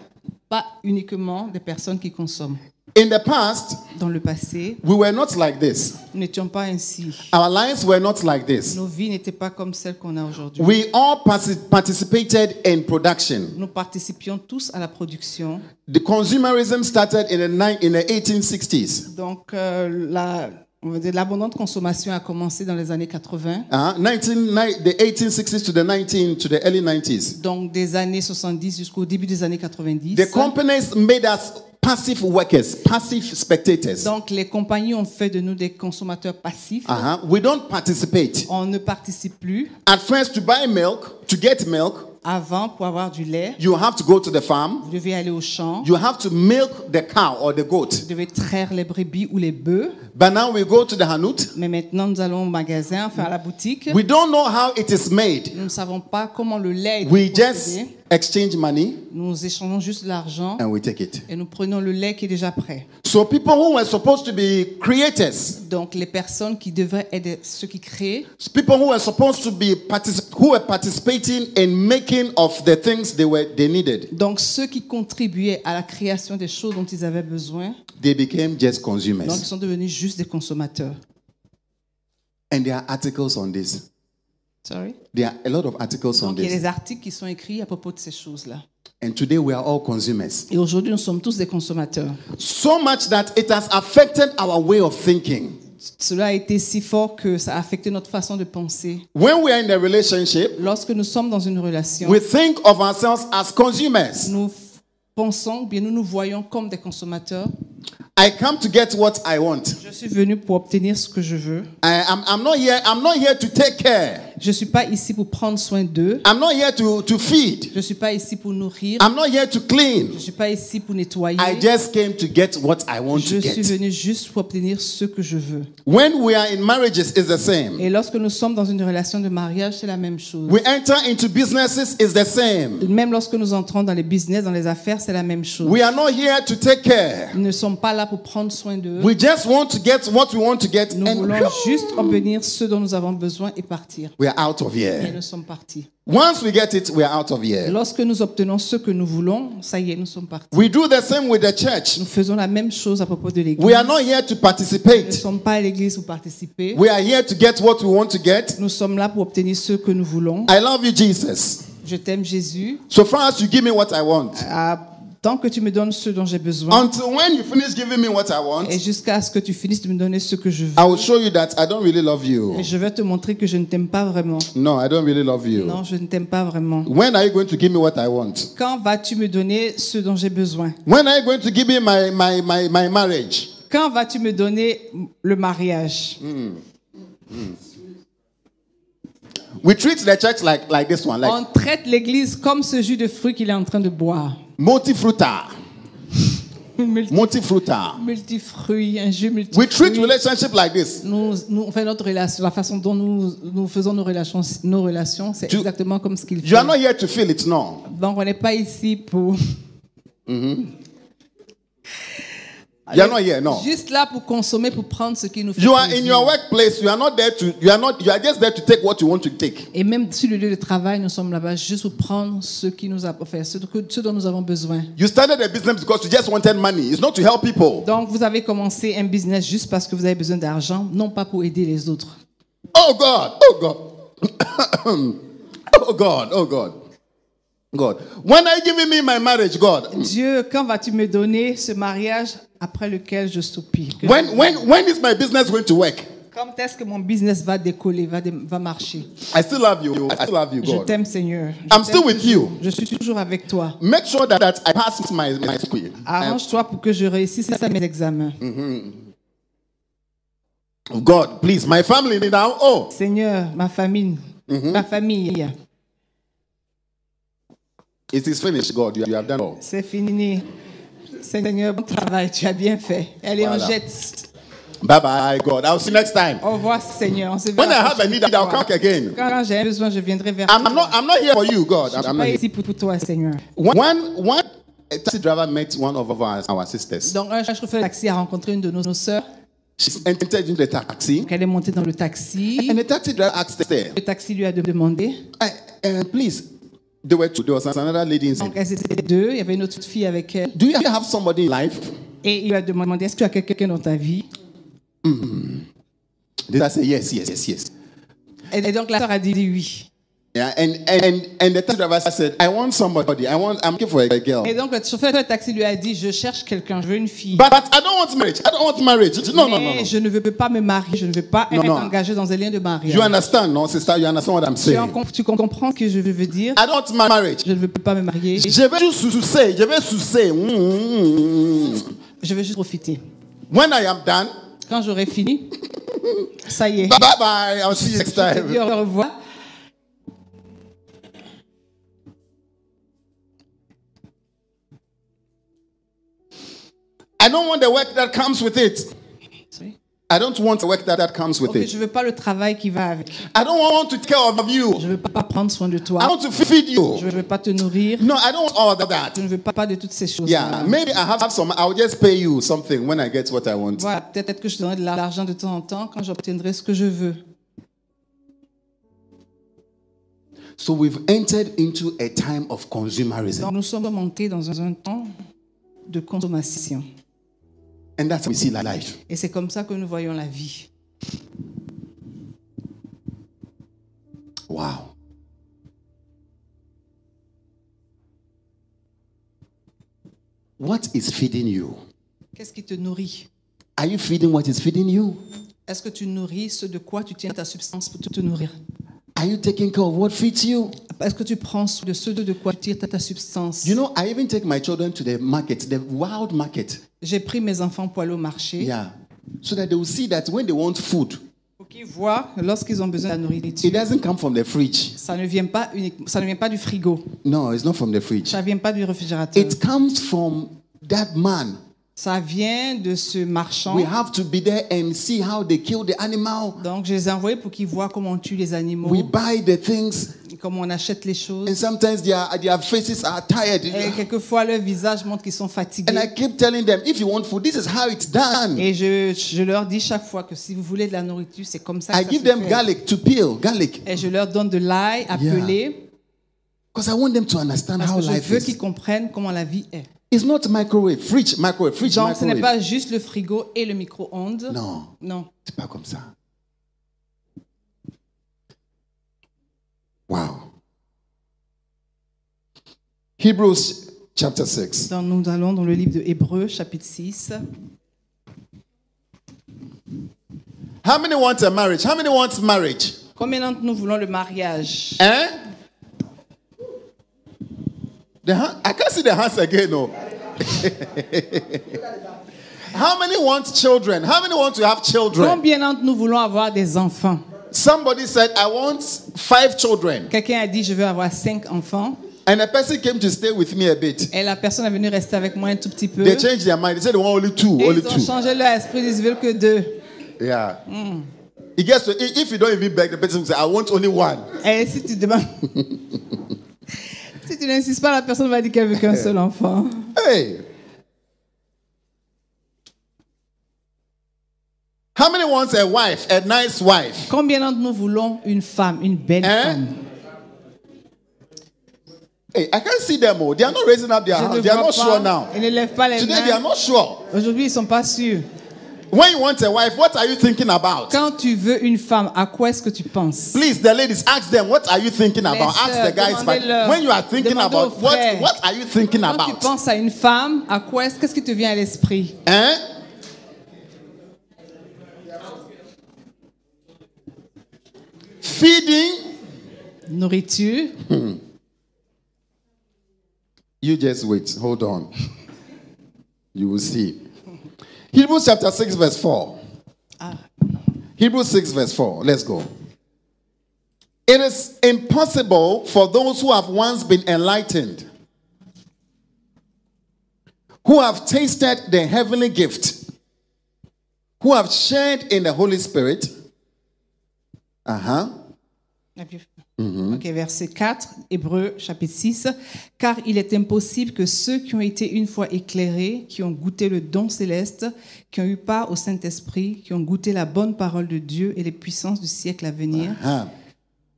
Speaker 2: pas uniquement des personnes qui consomment.
Speaker 1: In the past,
Speaker 2: Dans le passé,
Speaker 1: we were not like this.
Speaker 2: nous n'étions pas ainsi.
Speaker 1: Our lives were not like this.
Speaker 2: Nos vies n'étaient pas comme celles qu'on a aujourd'hui.
Speaker 1: We all partic- participated in production.
Speaker 2: Nous participions tous à la production.
Speaker 1: The consumerism started in the, ni- in the 1860s,
Speaker 2: Donc, euh, la, on va dire, l'abondante consommation a commencé dans les années 80.
Speaker 1: uh, 19, ni- the 1860s to the 19 to the early 90s.
Speaker 2: Donc, des années 70 jusqu'au début des années 90.
Speaker 1: The companies made us passive workers, passive spectators.
Speaker 2: Donc, les compagnies ont fait de nous des consommateurs passifs.
Speaker 1: Uh-huh. We don't participate.
Speaker 2: On ne participe plus.
Speaker 1: At first, to buy milk, to get milk,
Speaker 2: Avant, pour avoir du lait,
Speaker 1: you have to go to the farm.
Speaker 2: vous devez aller au champ.
Speaker 1: You have to milk the cow or the goat.
Speaker 2: Vous devez traire les brebis ou les bœufs.
Speaker 1: But now we go to the hanut.
Speaker 2: Mais maintenant, nous allons au magasin, enfin à la boutique.
Speaker 1: We don't know how it is made.
Speaker 2: Nous ne savons pas comment le lait est
Speaker 1: We
Speaker 2: procédé.
Speaker 1: just exchange money
Speaker 2: Nous échangeons juste l'argent
Speaker 1: and we take it.
Speaker 2: et nous prenons le lait qui est déjà prêt.
Speaker 1: So people who were supposed to be creators,
Speaker 2: Donc, les personnes qui devraient aider ceux qui créent,
Speaker 1: people who were supposed to be particip- who were participating in making of the things they were they needed,
Speaker 2: donc ceux qui contribuaient à la création des choses dont ils avaient besoin,
Speaker 1: they became just
Speaker 2: donc ils
Speaker 1: consumers.
Speaker 2: sont devenus juste des consommateurs.
Speaker 1: And there are articles on this.
Speaker 2: Sorry.
Speaker 1: There are a lot of articles on
Speaker 2: Donc, il y a
Speaker 1: this.
Speaker 2: des articles qui sont écrits à propos de ces choses-là.
Speaker 1: And today we are all consumers.
Speaker 2: Et aujourd'hui, nous sommes tous des consommateurs.
Speaker 1: So much that it has affected our way of thinking.
Speaker 2: Cela a été si fort que ça a affecté notre façon de penser.
Speaker 1: When we are in a relationship,
Speaker 2: Lorsque nous sommes dans une relation,
Speaker 1: we think of ourselves as consumers.
Speaker 2: nous f- pensons, bien nous nous voyons comme des consommateurs.
Speaker 1: I come to get what I want.
Speaker 2: Je suis venu pour obtenir ce que je veux.
Speaker 1: I, am I'm not here. I'm not here to take care.
Speaker 2: Je ne suis pas ici pour prendre soin d'eux.
Speaker 1: I'm not here to, to feed.
Speaker 2: Je ne suis pas ici pour nourrir.
Speaker 1: I'm not here to
Speaker 2: Je
Speaker 1: clean.
Speaker 2: ne suis pas ici pour nettoyer.
Speaker 1: I just came to get what I want
Speaker 2: Je
Speaker 1: to
Speaker 2: suis
Speaker 1: get.
Speaker 2: venu juste pour obtenir ce que je veux.
Speaker 1: When we are in marriages, it's the same.
Speaker 2: Et lorsque nous sommes dans une relation de mariage, c'est la même chose.
Speaker 1: We enter into businesses, it's the same.
Speaker 2: Même lorsque nous entrons dans les business, dans les affaires, c'est la même chose.
Speaker 1: We are not here to take care.
Speaker 2: Ils ne sont pas là pour prendre soin d'eux.
Speaker 1: We just want to get what we want to get,
Speaker 2: Nous
Speaker 1: and
Speaker 2: voulons juste obtenir ce dont nous avons besoin et partir.
Speaker 1: we are out of
Speaker 2: Et
Speaker 1: here.
Speaker 2: nous sommes partis.
Speaker 1: Once we get it, we are out of
Speaker 2: Et
Speaker 1: here.
Speaker 2: lorsque nous obtenons ce que nous voulons, ça y est, nous sommes partis.
Speaker 1: We do the same with the church.
Speaker 2: Nous faisons la même chose à propos de l'Église.
Speaker 1: We are not here to
Speaker 2: Nous ne
Speaker 1: participate.
Speaker 2: sommes pas à l'Église pour participer.
Speaker 1: We are here to get what we want to get.
Speaker 2: Nous sommes là pour obtenir ce que nous voulons.
Speaker 1: I love you, Jesus.
Speaker 2: Je t'aime Jésus.
Speaker 1: So far as you give me what I want.
Speaker 2: Ah, tant que tu me donnes ce dont j'ai besoin
Speaker 1: Until when you finish giving me what I
Speaker 2: et
Speaker 1: want,
Speaker 2: jusqu'à ce que tu finisses de me donner ce que je veux.
Speaker 1: I will show you that I don't really love you.
Speaker 2: Et je vais te montrer que je ne t'aime pas vraiment.
Speaker 1: No, I don't really love you.
Speaker 2: Non, je ne t'aime pas vraiment.
Speaker 1: When are you going to give me what I want?
Speaker 2: Quand vas-tu me donner ce dont j'ai besoin
Speaker 1: When are you going to give me my, my, my, my marriage?
Speaker 2: Quand vas-tu me donner le mariage
Speaker 1: Mm. We treat the church like, like this one,
Speaker 2: On
Speaker 1: like
Speaker 2: traite l'Église comme ce jus de fruits qu'il est en train de boire.
Speaker 1: multifruta.
Speaker 2: Multi-
Speaker 1: Multifruta.
Speaker 2: Multifruits, un jus multi
Speaker 1: We treat relationship like this.
Speaker 2: Nous, nous, enfin, notre relation, la façon dont nous, nous faisons nos relations, nos relations c'est
Speaker 1: Tu-
Speaker 2: exactement comme ce qu'il fait.
Speaker 1: You are not here to feel it, no.
Speaker 2: Donc, on n'est pas ici pour.
Speaker 1: You are not here, no.
Speaker 2: Juste là pour consommer, pour prendre ce qui nous fait
Speaker 1: You are in
Speaker 2: plaisir.
Speaker 1: your workplace. You are not there to. You are not. You are just there to take what you want to take.
Speaker 2: Et même sur le lieu de travail, nous sommes là-bas juste pour prendre ce, qui nous a, enfin, ce, que- ce dont nous avons besoin.
Speaker 1: You started a business because you just wanted money. It's not to help people.
Speaker 2: Donc, vous avez commencé un business juste parce que vous avez besoin d'argent, non pas pour aider les autres.
Speaker 1: Oh God. Oh God. <coughs> oh God. Oh God. God. When are you giving me my marriage, God?
Speaker 2: Dieu, quand vas-tu me donner ce mariage après lequel je soupire Que-
Speaker 1: When when when is my business going to work?
Speaker 2: Quand est-ce que mon business va décoller, va, dé- va marcher
Speaker 1: I still love you. I still love you,
Speaker 2: Je
Speaker 1: God.
Speaker 2: t'aime, Seigneur. Je
Speaker 1: I'm
Speaker 2: t'aime.
Speaker 1: still with you.
Speaker 2: Je suis toujours avec toi.
Speaker 1: Make sure that, that I pass my, my school.
Speaker 2: Arrange-toi pour que je réussisse à mes examens.
Speaker 1: Mm. oh, God, please, my family now. Oh,
Speaker 2: Seigneur, ma famille,
Speaker 1: Mm-hmm.
Speaker 2: ma famille,
Speaker 1: it is finished, God. You, you have done all.
Speaker 2: c'est fini. Seigneur, bon travail, tu as bien fait. Allez,
Speaker 1: Voilà.
Speaker 2: on jette.
Speaker 1: Bye bye, God. I'll see you next time.
Speaker 2: Au revoir, Seigneur. On se verra
Speaker 1: When I
Speaker 2: la
Speaker 1: have a need,
Speaker 2: prochaine
Speaker 1: I'll
Speaker 2: fois.
Speaker 1: come again.
Speaker 2: Quand j'ai besoin, je viendrai vers
Speaker 1: I'm
Speaker 2: toi.
Speaker 1: not, I'm not here for you, God. I'm,
Speaker 2: Je suis
Speaker 1: I'm
Speaker 2: pas
Speaker 1: not here.
Speaker 2: ici pour toi, Seigneur.
Speaker 1: One, one a taxi driver met one of our, our sisters.
Speaker 2: Donc, un chauffeur de taxi a rencontré une de nos, nos sœurs.
Speaker 1: She entered into the taxi,
Speaker 2: Elle est montée dans le taxi.
Speaker 1: and the taxi driver asked her,
Speaker 2: Le taxi lui a de- demandé.
Speaker 1: "Eh, eh, please, there were two, there was another lady inside.
Speaker 2: Donc, elles étaient deux. Il y avait une autre fille avec elle.
Speaker 1: Do you have somebody in life?
Speaker 2: Et il lui a demandé Est-ce que tu as quelqu'un dans ta vie
Speaker 1: Did I say yes, yes, yes, yes?
Speaker 2: Et et donc, la sœur a dit oui.
Speaker 1: Yeah, and, and, and the taxi driver said, I want somebody. I want, I'm looking for a girl.
Speaker 2: Et donc, le chauffeur de taxi lui a dit Je cherche quelqu'un, je veux une fille.
Speaker 1: But, but I don't want marriage. I don't want marriage. No, no, no,
Speaker 2: Mais
Speaker 1: no.
Speaker 2: je ne veux pas me marier, je ne veux pas
Speaker 1: Non,
Speaker 2: être
Speaker 1: non.
Speaker 2: engagée dans un lien de mariage.
Speaker 1: You understand, no, sister? You understand what I'm
Speaker 2: tu,
Speaker 1: saying?
Speaker 2: en com- tu comprends ce que je veux dire
Speaker 1: I don't want marriage.
Speaker 2: Je ne veux pas me marier,
Speaker 1: Je vais juste sucer. Je vais sucer. Mm, mm, mm.
Speaker 2: je veux juste profiter.
Speaker 1: When I am done,
Speaker 2: Quand j'aurai fini, ça y est,
Speaker 1: bye bye. I'll see you next
Speaker 2: je te <laughs> dis
Speaker 1: time.
Speaker 2: au revoir.
Speaker 1: I don't want the work that comes with it.
Speaker 2: Sorry.
Speaker 1: I don't want the work that, that comes with
Speaker 2: Ok,
Speaker 1: it.
Speaker 2: je veux pas le travail qui va avec.
Speaker 1: I don't want to take care of you.
Speaker 2: Je veux pas prendre soin de
Speaker 1: I
Speaker 2: toi.
Speaker 1: want to feed
Speaker 2: Je
Speaker 1: you.
Speaker 2: veux pas te nourrir.
Speaker 1: No, I don't want all of that.
Speaker 2: Je ne veux pas, pas de toutes ces choses.
Speaker 1: Yeah, maybe I have some. I'll just pay you something when I get what I want.
Speaker 2: Voilà, peut-être que je te donnerai de l'argent de temps en temps quand j'obtiendrai ce que je veux.
Speaker 1: So we've entered into a time of consumerism.
Speaker 2: Donc, nous sommes montés dans un un temps de consommation.
Speaker 1: And that's how we see life.
Speaker 2: Et c'est comme ça que nous voyons la vie.
Speaker 1: Wow. What is feeding you?
Speaker 2: Qu'est-ce qui te nourrit
Speaker 1: Are you feeding what is feeding you?
Speaker 2: Est-ce que tu nourris ce de quoi tu tiens ta substance pour te te nourrir
Speaker 1: Are you taking care of what feeds you?
Speaker 2: Est-ce que tu prends soin de ce de quoi tu tires ta- ta substance
Speaker 1: You know, I even take my children to the market, the wild market.
Speaker 2: J'ai pris mes enfants pour aller au marché
Speaker 1: Yeah. So that they will see that when they want food,
Speaker 2: pour qu'ils voient que lorsqu'ils ont besoin de la
Speaker 1: it
Speaker 2: nourriture.
Speaker 1: doesn't come from the fridge.
Speaker 2: Ça ne, vient pas uniquement- ça ne vient pas du frigo,
Speaker 1: No, it's not from the fridge.
Speaker 2: ça ne vient pas du réfrigérateur.
Speaker 1: It comes from that man.
Speaker 2: Ça vient de ce marchand.
Speaker 1: We have to be there and see how they kill the animal.
Speaker 2: Donc je les ai envoyés pour qu'ils voient comment on tue les animaux,
Speaker 1: We buy the things,
Speaker 2: comment on achète les choses.
Speaker 1: and sometimes their, their faces are tired.
Speaker 2: Et quelquefois, leur visage montre qu'ils sont fatigués.
Speaker 1: And I keep telling them, if you want food, this is how it's done.
Speaker 2: Et je, je leur dis chaque fois que si vous voulez de la nourriture, c'est comme ça
Speaker 1: I
Speaker 2: que ça
Speaker 1: give
Speaker 2: se
Speaker 1: them
Speaker 2: fait.
Speaker 1: garlic to peel, garlic,
Speaker 2: Et je leur donne de l'ail appelé
Speaker 1: because I want them to understand
Speaker 2: parce
Speaker 1: how
Speaker 2: que je
Speaker 1: life
Speaker 2: veux
Speaker 1: is.
Speaker 2: qu'ils comprennent comment la vie est.
Speaker 1: It's not microwave, fridge, microwave, fridge,
Speaker 2: Donc ce n'est
Speaker 1: microwave.
Speaker 2: pas juste le frigo et le micro-ondes.
Speaker 1: Non,
Speaker 2: Non.
Speaker 1: c'est pas comme ça. Wow. Hebrews chapter 6.
Speaker 2: Donc, nous allons dans le livre de Hébreux, chapitre 6.
Speaker 1: How many wants a marriage? How many wants marriage?
Speaker 2: Combien d'entre nous voulons le mariage
Speaker 1: Hein? The hand, I can't see the hands again, no. <laughs> How many want children? How many want to have children?
Speaker 2: Combien d'entre nous voulons avoir des enfants
Speaker 1: Somebody said, I want five children.
Speaker 2: Quelqu'un a dit je veux avoir cinq enfants
Speaker 1: And a person came to stay with me a bit.
Speaker 2: et la personne est venue rester avec moi un tout petit peu.
Speaker 1: They changed their mind. They said they want only two,
Speaker 2: Et
Speaker 1: only
Speaker 2: ils ont
Speaker 1: two.
Speaker 2: changé leur esprit, ils veuled que deux.
Speaker 1: Yeah. It gets to, i- if you don't even beg, the person will say, I want only one.
Speaker 2: Et si tu
Speaker 1: <laughs>
Speaker 2: demandes. si tu
Speaker 1: Eh.
Speaker 2: n'insistes pas, la personne va dire qu'elle veut qu'un seul enfant.
Speaker 1: Hey. How many wants a wife, a nice wife?
Speaker 2: Combien d'entre nous voulons une femme, une belle
Speaker 1: Hein?
Speaker 2: femme
Speaker 1: Hey, I can't see them all. They are not raising up their
Speaker 2: Je ne
Speaker 1: hands. They are
Speaker 2: vois
Speaker 1: not sure
Speaker 2: pas.
Speaker 1: now.
Speaker 2: Ils ne lèvent pas les
Speaker 1: Today they are
Speaker 2: mains.
Speaker 1: not sure.
Speaker 2: Aujourd'hui, ils ne sont pas sûrs.
Speaker 1: When you want a wife, what are you thinking about?
Speaker 2: Quand tu veux une femme, à quoi est-ce que tu penses
Speaker 1: Please, the ladies, ask them what are you thinking about. Ask the
Speaker 2: sœurs,
Speaker 1: guys, but
Speaker 2: demandez-leur.
Speaker 1: when you are thinking
Speaker 2: Demandez
Speaker 1: about
Speaker 2: aux
Speaker 1: what,
Speaker 2: frères.
Speaker 1: what are you thinking
Speaker 2: Quand tu
Speaker 1: about?
Speaker 2: penses à une femme, à quoi est-ce qu'est-ce qui te vient à l'esprit
Speaker 1: Hein? Feeding.
Speaker 2: Nourriture
Speaker 1: You just wait. Hold on. You will see. Hebrews chapter 6, verse 4. Hebrews 6, verse 4. Let's go. It is impossible for those who have once been enlightened, who have tasted the heavenly gift, who have shared in the Holy Spirit. Uh huh.
Speaker 2: Mm-hmm. Ok, verset 4, Hébreu chapitre 6. Car il est impossible que ceux qui ont été une fois éclairés, qui ont goûté le don céleste, qui ont eu part au Saint-Esprit, qui ont goûté la bonne parole de Dieu et les puissances du siècle à venir,
Speaker 1: Huh.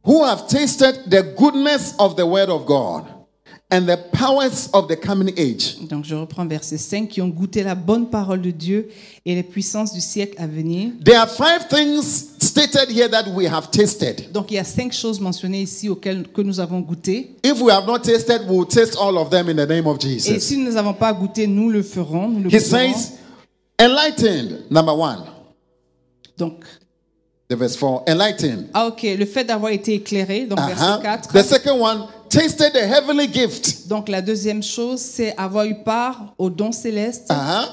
Speaker 1: Who have tasted the goodness of the word of God and the powers of the coming age.
Speaker 2: donc je reprends verset 5, qui ont goûté la bonne parole de Dieu et les puissances du siècle à venir.
Speaker 1: There are five things stated here that we have tasted.
Speaker 2: Donc il y a cinq choses mentionnées ici auxquelles que nous avons goûté.
Speaker 1: If we have not tasted, we'll taste all of them in the name of
Speaker 2: Et
Speaker 1: Jesus.
Speaker 2: si nous n'avons pas goûté, nous le ferons. Nous le
Speaker 1: He
Speaker 2: goûterons.
Speaker 1: says, enlightened, number one,
Speaker 2: Donc,
Speaker 1: the verse four, enlightened.
Speaker 2: ah ok, le fait d'avoir été éclairé, donc verset
Speaker 1: Uh-huh.
Speaker 2: 4.
Speaker 1: The second one, tasted the heavenly gift.
Speaker 2: Donc la deuxième chose, c'est avoir eu part au don céleste
Speaker 1: Uh-huh.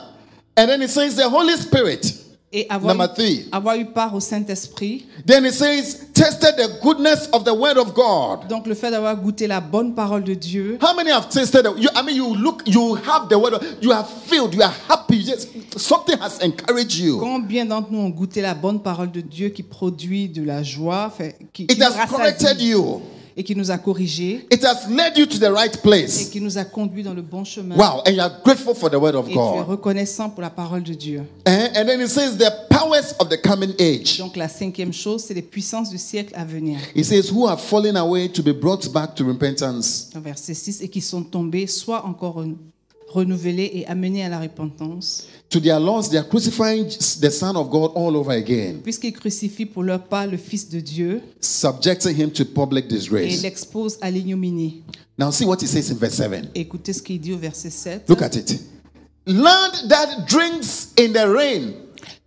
Speaker 1: And then it says the Holy Spirit.
Speaker 2: et avoir
Speaker 1: number
Speaker 2: eu,
Speaker 1: three.
Speaker 2: avoir eu part au Saint-Esprit.
Speaker 1: Then it says, tasted the goodness of the word of God.
Speaker 2: Donc le fait d'avoir goûté la bonne parole de Dieu.
Speaker 1: How many have tasted? it? You, I mean, you look, you have the word, you are filled, you are happy. Yes, something has encouraged you.
Speaker 2: Combien d'entre nous ont goûté la bonne parole de Dieu qui produit de la joie, fait- qui, qui
Speaker 1: It
Speaker 2: nous
Speaker 1: has corrected
Speaker 2: rassasie
Speaker 1: you.
Speaker 2: et qui nous a corrigés
Speaker 1: It has led you to the right
Speaker 2: et
Speaker 1: place.
Speaker 2: qui nous a conduits dans le bon chemin.
Speaker 1: Wow, and you are grateful for the word of
Speaker 2: Et tu es
Speaker 1: God.
Speaker 2: reconnaissant pour la parole de Dieu.
Speaker 1: Eh, And then it says the powers of the coming age.
Speaker 2: Donc la cinquième chose, c'est les puissances du siècle à venir.
Speaker 1: It says who have fallen away to be brought back to repentance.
Speaker 2: Dans verset 6, et qui sont tombés, soit encore renou- renouvelés et amenés à la repentance.
Speaker 1: To their loss, they are crucifying the Son of God all over again,
Speaker 2: puisqu'ils crucifient pour leur pas le Fils de Dieu
Speaker 1: subjecting him to public
Speaker 2: et
Speaker 1: disgrace.
Speaker 2: l'exposent à l'ignominie.
Speaker 1: Now see what it says in verse 7.
Speaker 2: Écoutez ce qu'il dit au verset 7.
Speaker 1: Look at it. Land that drinks in the rain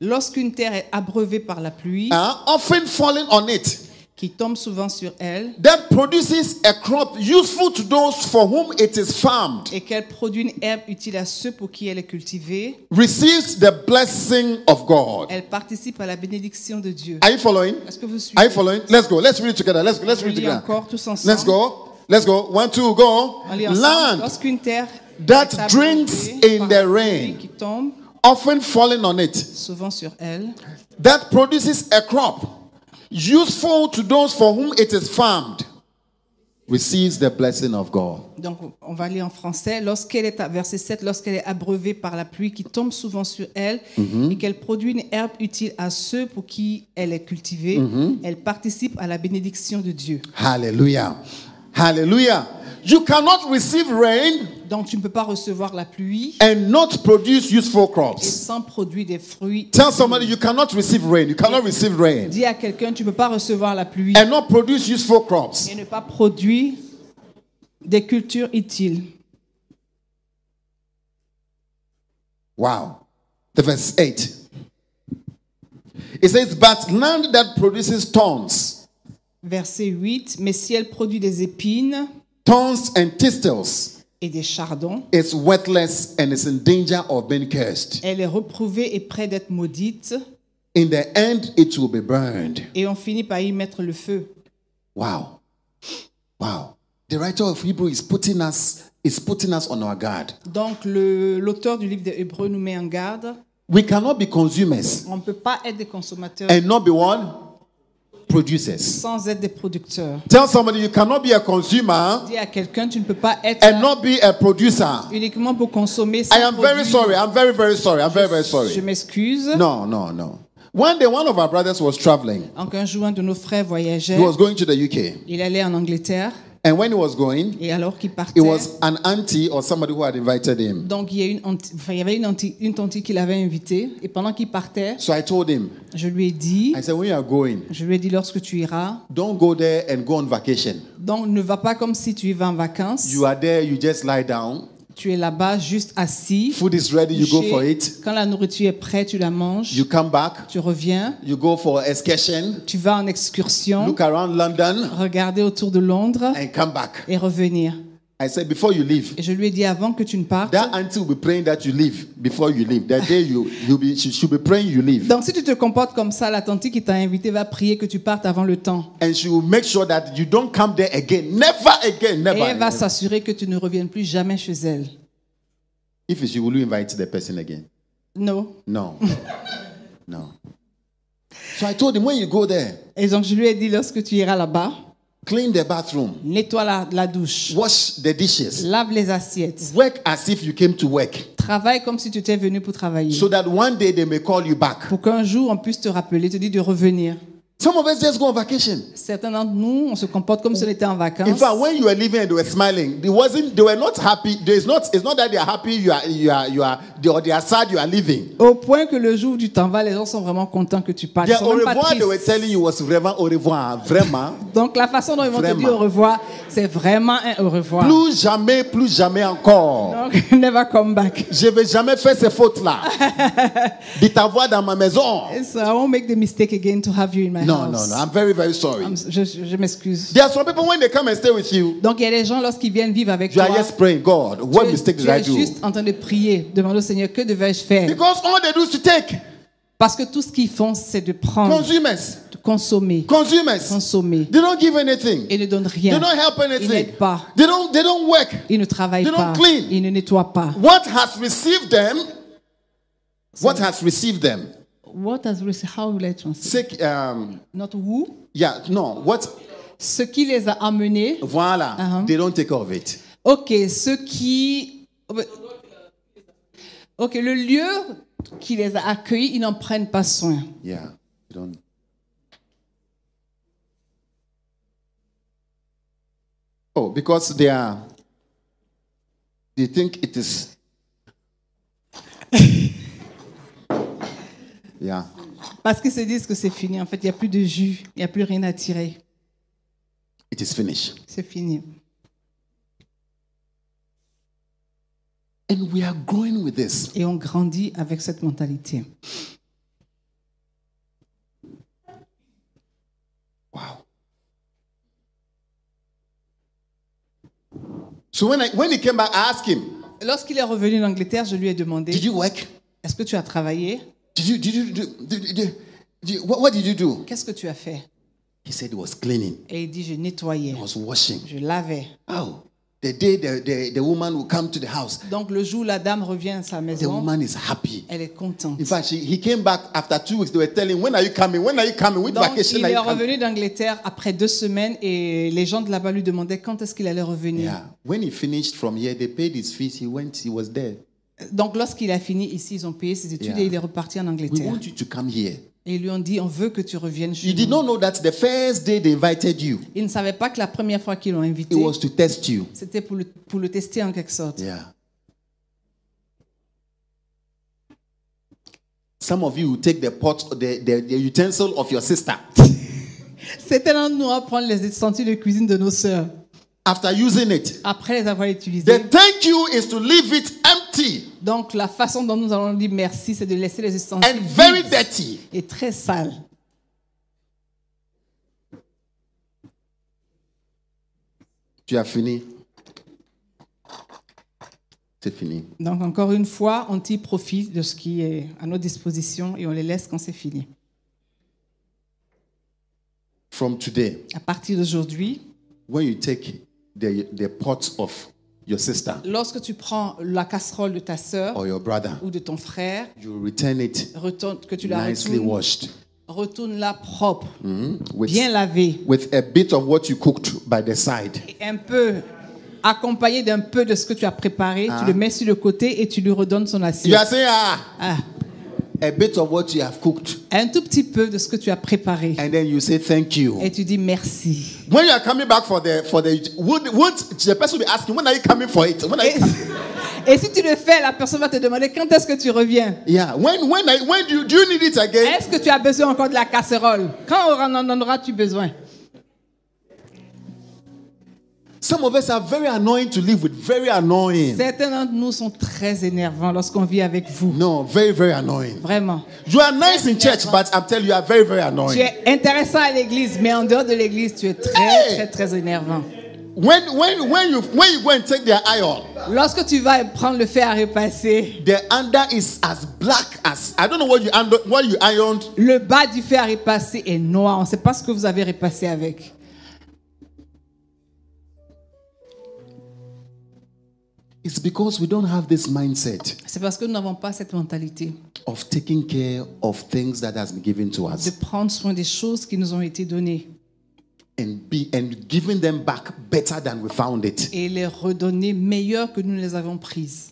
Speaker 2: Lorsqu'une terre est abreuvée par la pluie,
Speaker 1: uh, often falling on it,
Speaker 2: qui tombe souvent sur elle,
Speaker 1: that produces a crop useful to those for whom it is farmed,
Speaker 2: et qu'elle produit une herbe utile à ceux pour qui elle est cultivée,
Speaker 1: receives the blessing of God.
Speaker 2: elle participe à la bénédiction de Dieu.
Speaker 1: Are you following?
Speaker 2: Est-ce que vous suivez
Speaker 1: Are you following? Let's go. Let's read it together. Let's go. Let's
Speaker 2: On
Speaker 1: read it
Speaker 2: lit
Speaker 1: together.
Speaker 2: encore tous ensemble.
Speaker 1: Let's go. Let's go. One, two, go.
Speaker 2: On lit ensemble.
Speaker 1: Land
Speaker 2: Lorsqu'une terre
Speaker 1: that
Speaker 2: est abreuvée
Speaker 1: drinks in
Speaker 2: par
Speaker 1: the
Speaker 2: la pluie
Speaker 1: rain.
Speaker 2: qui tombe
Speaker 1: often falling on it,
Speaker 2: souvent sur elle,
Speaker 1: that produces a crop useful to those for whom it is farmed, receives the blessing of God.
Speaker 2: Donc, on va lire en français. Lorsqu'elle est, à- verset 7, lorsqu'elle est abreuvée par la pluie qui tombe souvent sur elle
Speaker 1: Mm-hmm.
Speaker 2: et qu'elle produit une herbe utile à ceux pour qui elle est cultivée,
Speaker 1: Mm-hmm.
Speaker 2: elle participe à la bénédiction de Dieu.
Speaker 1: Hallelujah. Hallelujah. You cannot receive rain
Speaker 2: Donc, tu ne peux pas recevoir la pluie
Speaker 1: and not produce useful
Speaker 2: et
Speaker 1: crops.
Speaker 2: sans produire des fruits.
Speaker 1: Tell somebody you cannot receive rain. You cannot receive rain
Speaker 2: Dis à quelqu'un, tu ne peux pas recevoir la pluie
Speaker 1: and not produce useful crops.
Speaker 2: et ne pas produire des cultures utiles.
Speaker 1: Wow. The verse 8. It says, But land that produces thorns,
Speaker 2: Verset 8, mais si elle produit des épines
Speaker 1: thorns and thistles
Speaker 2: et des chardons,
Speaker 1: is worthless and is in danger of being cursed.
Speaker 2: elle est reprouvée et près d'être maudite.
Speaker 1: In the end, it will be burned.
Speaker 2: et on finit par y mettre le feu.
Speaker 1: Wow. Wow. The writer of Hebrew is putting us is putting us on our guard.
Speaker 2: Donc le- l'auteur du livre des Hébreux nous met en garde.
Speaker 1: We cannot be consumers
Speaker 2: On ne peut pas être des consommateurs
Speaker 1: and not be one producers.
Speaker 2: sans être des producteurs.
Speaker 1: Tell somebody you cannot be a consumer
Speaker 2: Dis à quelqu'un, tu ne peux pas être
Speaker 1: and not be a producer.
Speaker 2: uniquement pour consommer. Sans
Speaker 1: I am very
Speaker 2: produire.
Speaker 1: sorry. I'm very very sorry. I'm very very
Speaker 2: Je
Speaker 1: sorry.
Speaker 2: m'excuse.
Speaker 1: No, no, no. One day, one of our brothers was traveling.
Speaker 2: Donc un jour, un de nos frères voyageait.
Speaker 1: He was going to the UK.
Speaker 2: Il allait en Angleterre.
Speaker 1: And when he was going,
Speaker 2: Et alors qu'il
Speaker 1: it
Speaker 2: partait,
Speaker 1: was an auntie or somebody who had invited him.
Speaker 2: donc il y, a une anti- enfin, il y avait une, anti- une tante qui l'avait invité. Et pendant qu'il partait,
Speaker 1: So I told him,
Speaker 2: je lui ai dit,
Speaker 1: I said, when you are going,
Speaker 2: je lui ai dit lorsque tu iras,
Speaker 1: don't go there and go on vacation.
Speaker 2: donc ne va pas comme si tu y vas en vacances.
Speaker 1: You are there, you just lie down.
Speaker 2: Tu es là-bas juste assis.
Speaker 1: Food is ready, you go
Speaker 2: couché.
Speaker 1: for it.
Speaker 2: Quand la nourriture est prête, tu la manges.
Speaker 1: You come back,
Speaker 2: tu reviens.
Speaker 1: you go for excursion,
Speaker 2: Tu vas en excursion.
Speaker 1: look around London,
Speaker 2: regarder autour de Londres
Speaker 1: and come back.
Speaker 2: et revenir.
Speaker 1: I said, before you leave,
Speaker 2: Et je lui ai dit avant que tu ne partes.
Speaker 1: that auntie will be praying that you leave before you leave. That day you you be she should be praying you leave,
Speaker 2: Donc si tu te comportes comme ça, la tante qui t'a invité va prier que tu partes avant le temps.
Speaker 1: and she will make sure that you don't come there again, never again,
Speaker 2: Et elle va
Speaker 1: never.
Speaker 2: s'assurer que tu ne reviennes plus jamais chez elle.
Speaker 1: If she will you invite the person again,
Speaker 2: Non.
Speaker 1: no, no. So I told him when you go there,
Speaker 2: Et donc je lui ai dit lorsque tu iras là-bas,
Speaker 1: clean the bathroom,
Speaker 2: nettoie la, la douche,
Speaker 1: wash the dishes,
Speaker 2: lave les assiettes,
Speaker 1: work as if you came to work,
Speaker 2: travaille comme si tu étais venu pour travailler.
Speaker 1: so that one day they may call you back.
Speaker 2: pour qu'un jour on puisse te rappeler, te dire de revenir.
Speaker 1: Some of us just go on vacation.
Speaker 2: Certains d'entre nous, on se comporte comme si on était en
Speaker 1: In
Speaker 2: vacances.
Speaker 1: fact, when you were leaving and they were smiling, they wasn't. They were not happy. There's not. It's not that they are happy. You are. You are. You are. They, or they are sad. You are leaving.
Speaker 2: Au point que le jour du temps va, les gens sont vraiment contents que tu partes. Ils
Speaker 1: Yeah,
Speaker 2: sont
Speaker 1: au
Speaker 2: même pas
Speaker 1: revoir. They were
Speaker 2: tristes.
Speaker 1: telling you was vraiment au revoir. Vraiment.
Speaker 2: Donc la façon dont ils vont te dire
Speaker 1: Vraiment.
Speaker 2: au revoir, c'est vraiment un au revoir.
Speaker 1: Plus jamais. Plus jamais encore.
Speaker 2: Donc <laughs> never come back.
Speaker 1: Je vais jamais faire ces fautes là. De t'avoir dans ma maison.
Speaker 2: So I won't make the mistake again to have you in my
Speaker 1: No, no,
Speaker 2: house.
Speaker 1: no. I'm very, very sorry.
Speaker 2: I'm- Je, je m'excuse.
Speaker 1: There are some people when they come and stay with you,
Speaker 2: Donc il y a des gens lorsqu'ils viennent vivre avec
Speaker 1: you
Speaker 2: toi,
Speaker 1: are just praying, God, what
Speaker 2: tu es-
Speaker 1: mistake
Speaker 2: tu
Speaker 1: did I
Speaker 2: es
Speaker 1: do?
Speaker 2: juste en train de prier, demander au Seigneur que devais-je faire
Speaker 1: Because all they do is to take
Speaker 2: Parce que tout ce qu'ils font, c'est de prendre,
Speaker 1: consumers,
Speaker 2: de consommer,
Speaker 1: consumers.
Speaker 2: consommer.
Speaker 1: They don't give anything.
Speaker 2: et ne donne
Speaker 1: They
Speaker 2: rien.
Speaker 1: don't help
Speaker 2: Ils
Speaker 1: anything.
Speaker 2: n'aident pas.
Speaker 1: They don't, they don't work.
Speaker 2: Ils ne travaillent
Speaker 1: They don't
Speaker 2: pas.
Speaker 1: clean.
Speaker 2: Ils ne nettoient pas.
Speaker 1: What has received them, what has received them?
Speaker 2: What has received, how will I translate?
Speaker 1: Sick, um,
Speaker 2: Not who.
Speaker 1: yeah, no, what,
Speaker 2: Ce qui les a amenés.
Speaker 1: voila,
Speaker 2: Uh-huh.
Speaker 1: they don't take care of it.
Speaker 2: Ok, ce qui. Ok, le lieu qui les a accueillis, ils n'en prennent pas soin.
Speaker 1: Yeah, they don't. Oh, because they are, they think it is. yeah.
Speaker 2: Parce qu'ils se disent que c'est fini. En fait, il n'y a plus de jus. Il n'y a plus rien à tirer.
Speaker 1: It is finished.
Speaker 2: C'est fini.
Speaker 1: And we are growing with this.
Speaker 2: Et on grandit avec cette mentalité.
Speaker 1: Wow. So when I when he came back, I asked him,
Speaker 2: Lorsqu'il est revenu d'Angleterre, je lui ai demandé
Speaker 1: "Did you work?
Speaker 2: Est-ce que tu as travaillé
Speaker 1: Did you did you do did, did, did, you- what, what did you do?"
Speaker 2: Qu'est-ce que tu as fait
Speaker 1: He said he was cleaning,
Speaker 2: Et il dit Je nettoyais,
Speaker 1: he was washing.
Speaker 2: je lavais.
Speaker 1: Oh, the day the, the, the woman will come to the house,
Speaker 2: Donc le jour où la dame revient à sa
Speaker 1: the
Speaker 2: maison,
Speaker 1: woman is happy.
Speaker 2: elle est contente.
Speaker 1: In fact, she, he came back after two weeks. They were telling, him, "When are you coming? When are you coming? Which
Speaker 2: Donc
Speaker 1: vacation
Speaker 2: il
Speaker 1: are
Speaker 2: est
Speaker 1: you coming?"
Speaker 2: revenu d'Angleterre après deux semaines et les gens de là-bas lui demandaient quand est-ce qu'il allait revenir.
Speaker 1: Yeah. When he finished from here, they paid his fees. He went. He was there.
Speaker 2: Donc lorsqu'il a fini ici, ils ont payé ses études
Speaker 1: Yeah.
Speaker 2: et il est reparti en
Speaker 1: We
Speaker 2: Angleterre.
Speaker 1: want you to come here.
Speaker 2: Et ils lui ont dit on veut que tu reviennes chez
Speaker 1: You did
Speaker 2: nous.
Speaker 1: not know that the first day they invited you,
Speaker 2: Il ne savait pas que la première fois qu'ils l'ont
Speaker 1: it
Speaker 2: invité,
Speaker 1: was to test you.
Speaker 2: c'était pour le, pour le tester en quelque sorte.
Speaker 1: Yeah. Some of you will take the pot, the, the, the utensil of your sister.
Speaker 2: C'était l'un de nous à prendre les ustensiles de cuisine de nos sœurs
Speaker 1: After using it,
Speaker 2: après les avoir utilisés.
Speaker 1: the thank you is to leave it empty
Speaker 2: Donc la façon dont nous allons lui dire merci, c'est de laisser les ustensiles
Speaker 1: and very
Speaker 2: vides
Speaker 1: dirty.
Speaker 2: et très sales.
Speaker 1: Tu as fini. C'est fini.
Speaker 2: Donc, encore une fois, on tire profit de ce qui est à notre disposition et on les laisse quand c'est fini.
Speaker 1: From today,
Speaker 2: À partir d'aujourd'hui,
Speaker 1: when you take the, the pot of your sister
Speaker 2: lorsque tu prends la casserole de ta sœur
Speaker 1: or your brother,
Speaker 2: ou de ton frère,
Speaker 1: you return it
Speaker 2: retourne, que tu la
Speaker 1: nicely
Speaker 2: retournes,
Speaker 1: washed
Speaker 2: retourne-la propre,
Speaker 1: Mhm. with,
Speaker 2: bien lavée,
Speaker 1: with a bit of what you cooked by the side.
Speaker 2: et un peu accompagnée d'un peu de ce que tu as préparé,
Speaker 1: Ah.
Speaker 2: tu le mets sur le côté et tu lui redonnes son
Speaker 1: You
Speaker 2: assiette.
Speaker 1: are saying, ah,
Speaker 2: Ah,
Speaker 1: a bit of what you have cooked,
Speaker 2: un tout petit peu de ce que tu as préparé.
Speaker 1: and then you say thank you.
Speaker 2: Et tu dis merci.
Speaker 1: When you are coming back for the for the would would the person will be asking when are you coming for it? When are you
Speaker 2: Et,
Speaker 1: coming?
Speaker 2: et <laughs> si tu le fais, la personne va te demander quand est-ce que tu reviens.
Speaker 1: Yeah. When when I, when do you, do you need it again?
Speaker 2: Est-ce que tu as besoin encore de la casserole Quand aura- en en auras-tu besoin
Speaker 1: Some of us are very annoying to live with. Very annoying.
Speaker 2: Certains d'entre nous sont très énervants lorsqu'on vit avec vous.
Speaker 1: No, very very annoying.
Speaker 2: Vraiment.
Speaker 1: You are nice in church, but I'm telling you, you are very very annoying.
Speaker 2: Tu es intéressant à l'église, mais en dehors de l'église, tu es très,
Speaker 1: Hey
Speaker 2: très, très énervant.
Speaker 1: When when when you when you go and take their iron,
Speaker 2: Lorsque tu vas prendre le fer à repasser,
Speaker 1: the under is as black as I don't know what you under, what you ironed.
Speaker 2: le bas du fer à repasser est noir. On ne sait pas ce que vous avez repassé avec.
Speaker 1: It's because we don't have this mindset
Speaker 2: C'est parce que nous n'avons pas cette mentalité
Speaker 1: of taking care of things that has been given to
Speaker 2: de
Speaker 1: us
Speaker 2: prendre soin des choses qui nous ont été données
Speaker 1: and be and giving them back better than we found it.
Speaker 2: et les redonner meilleures que nous les avons prises.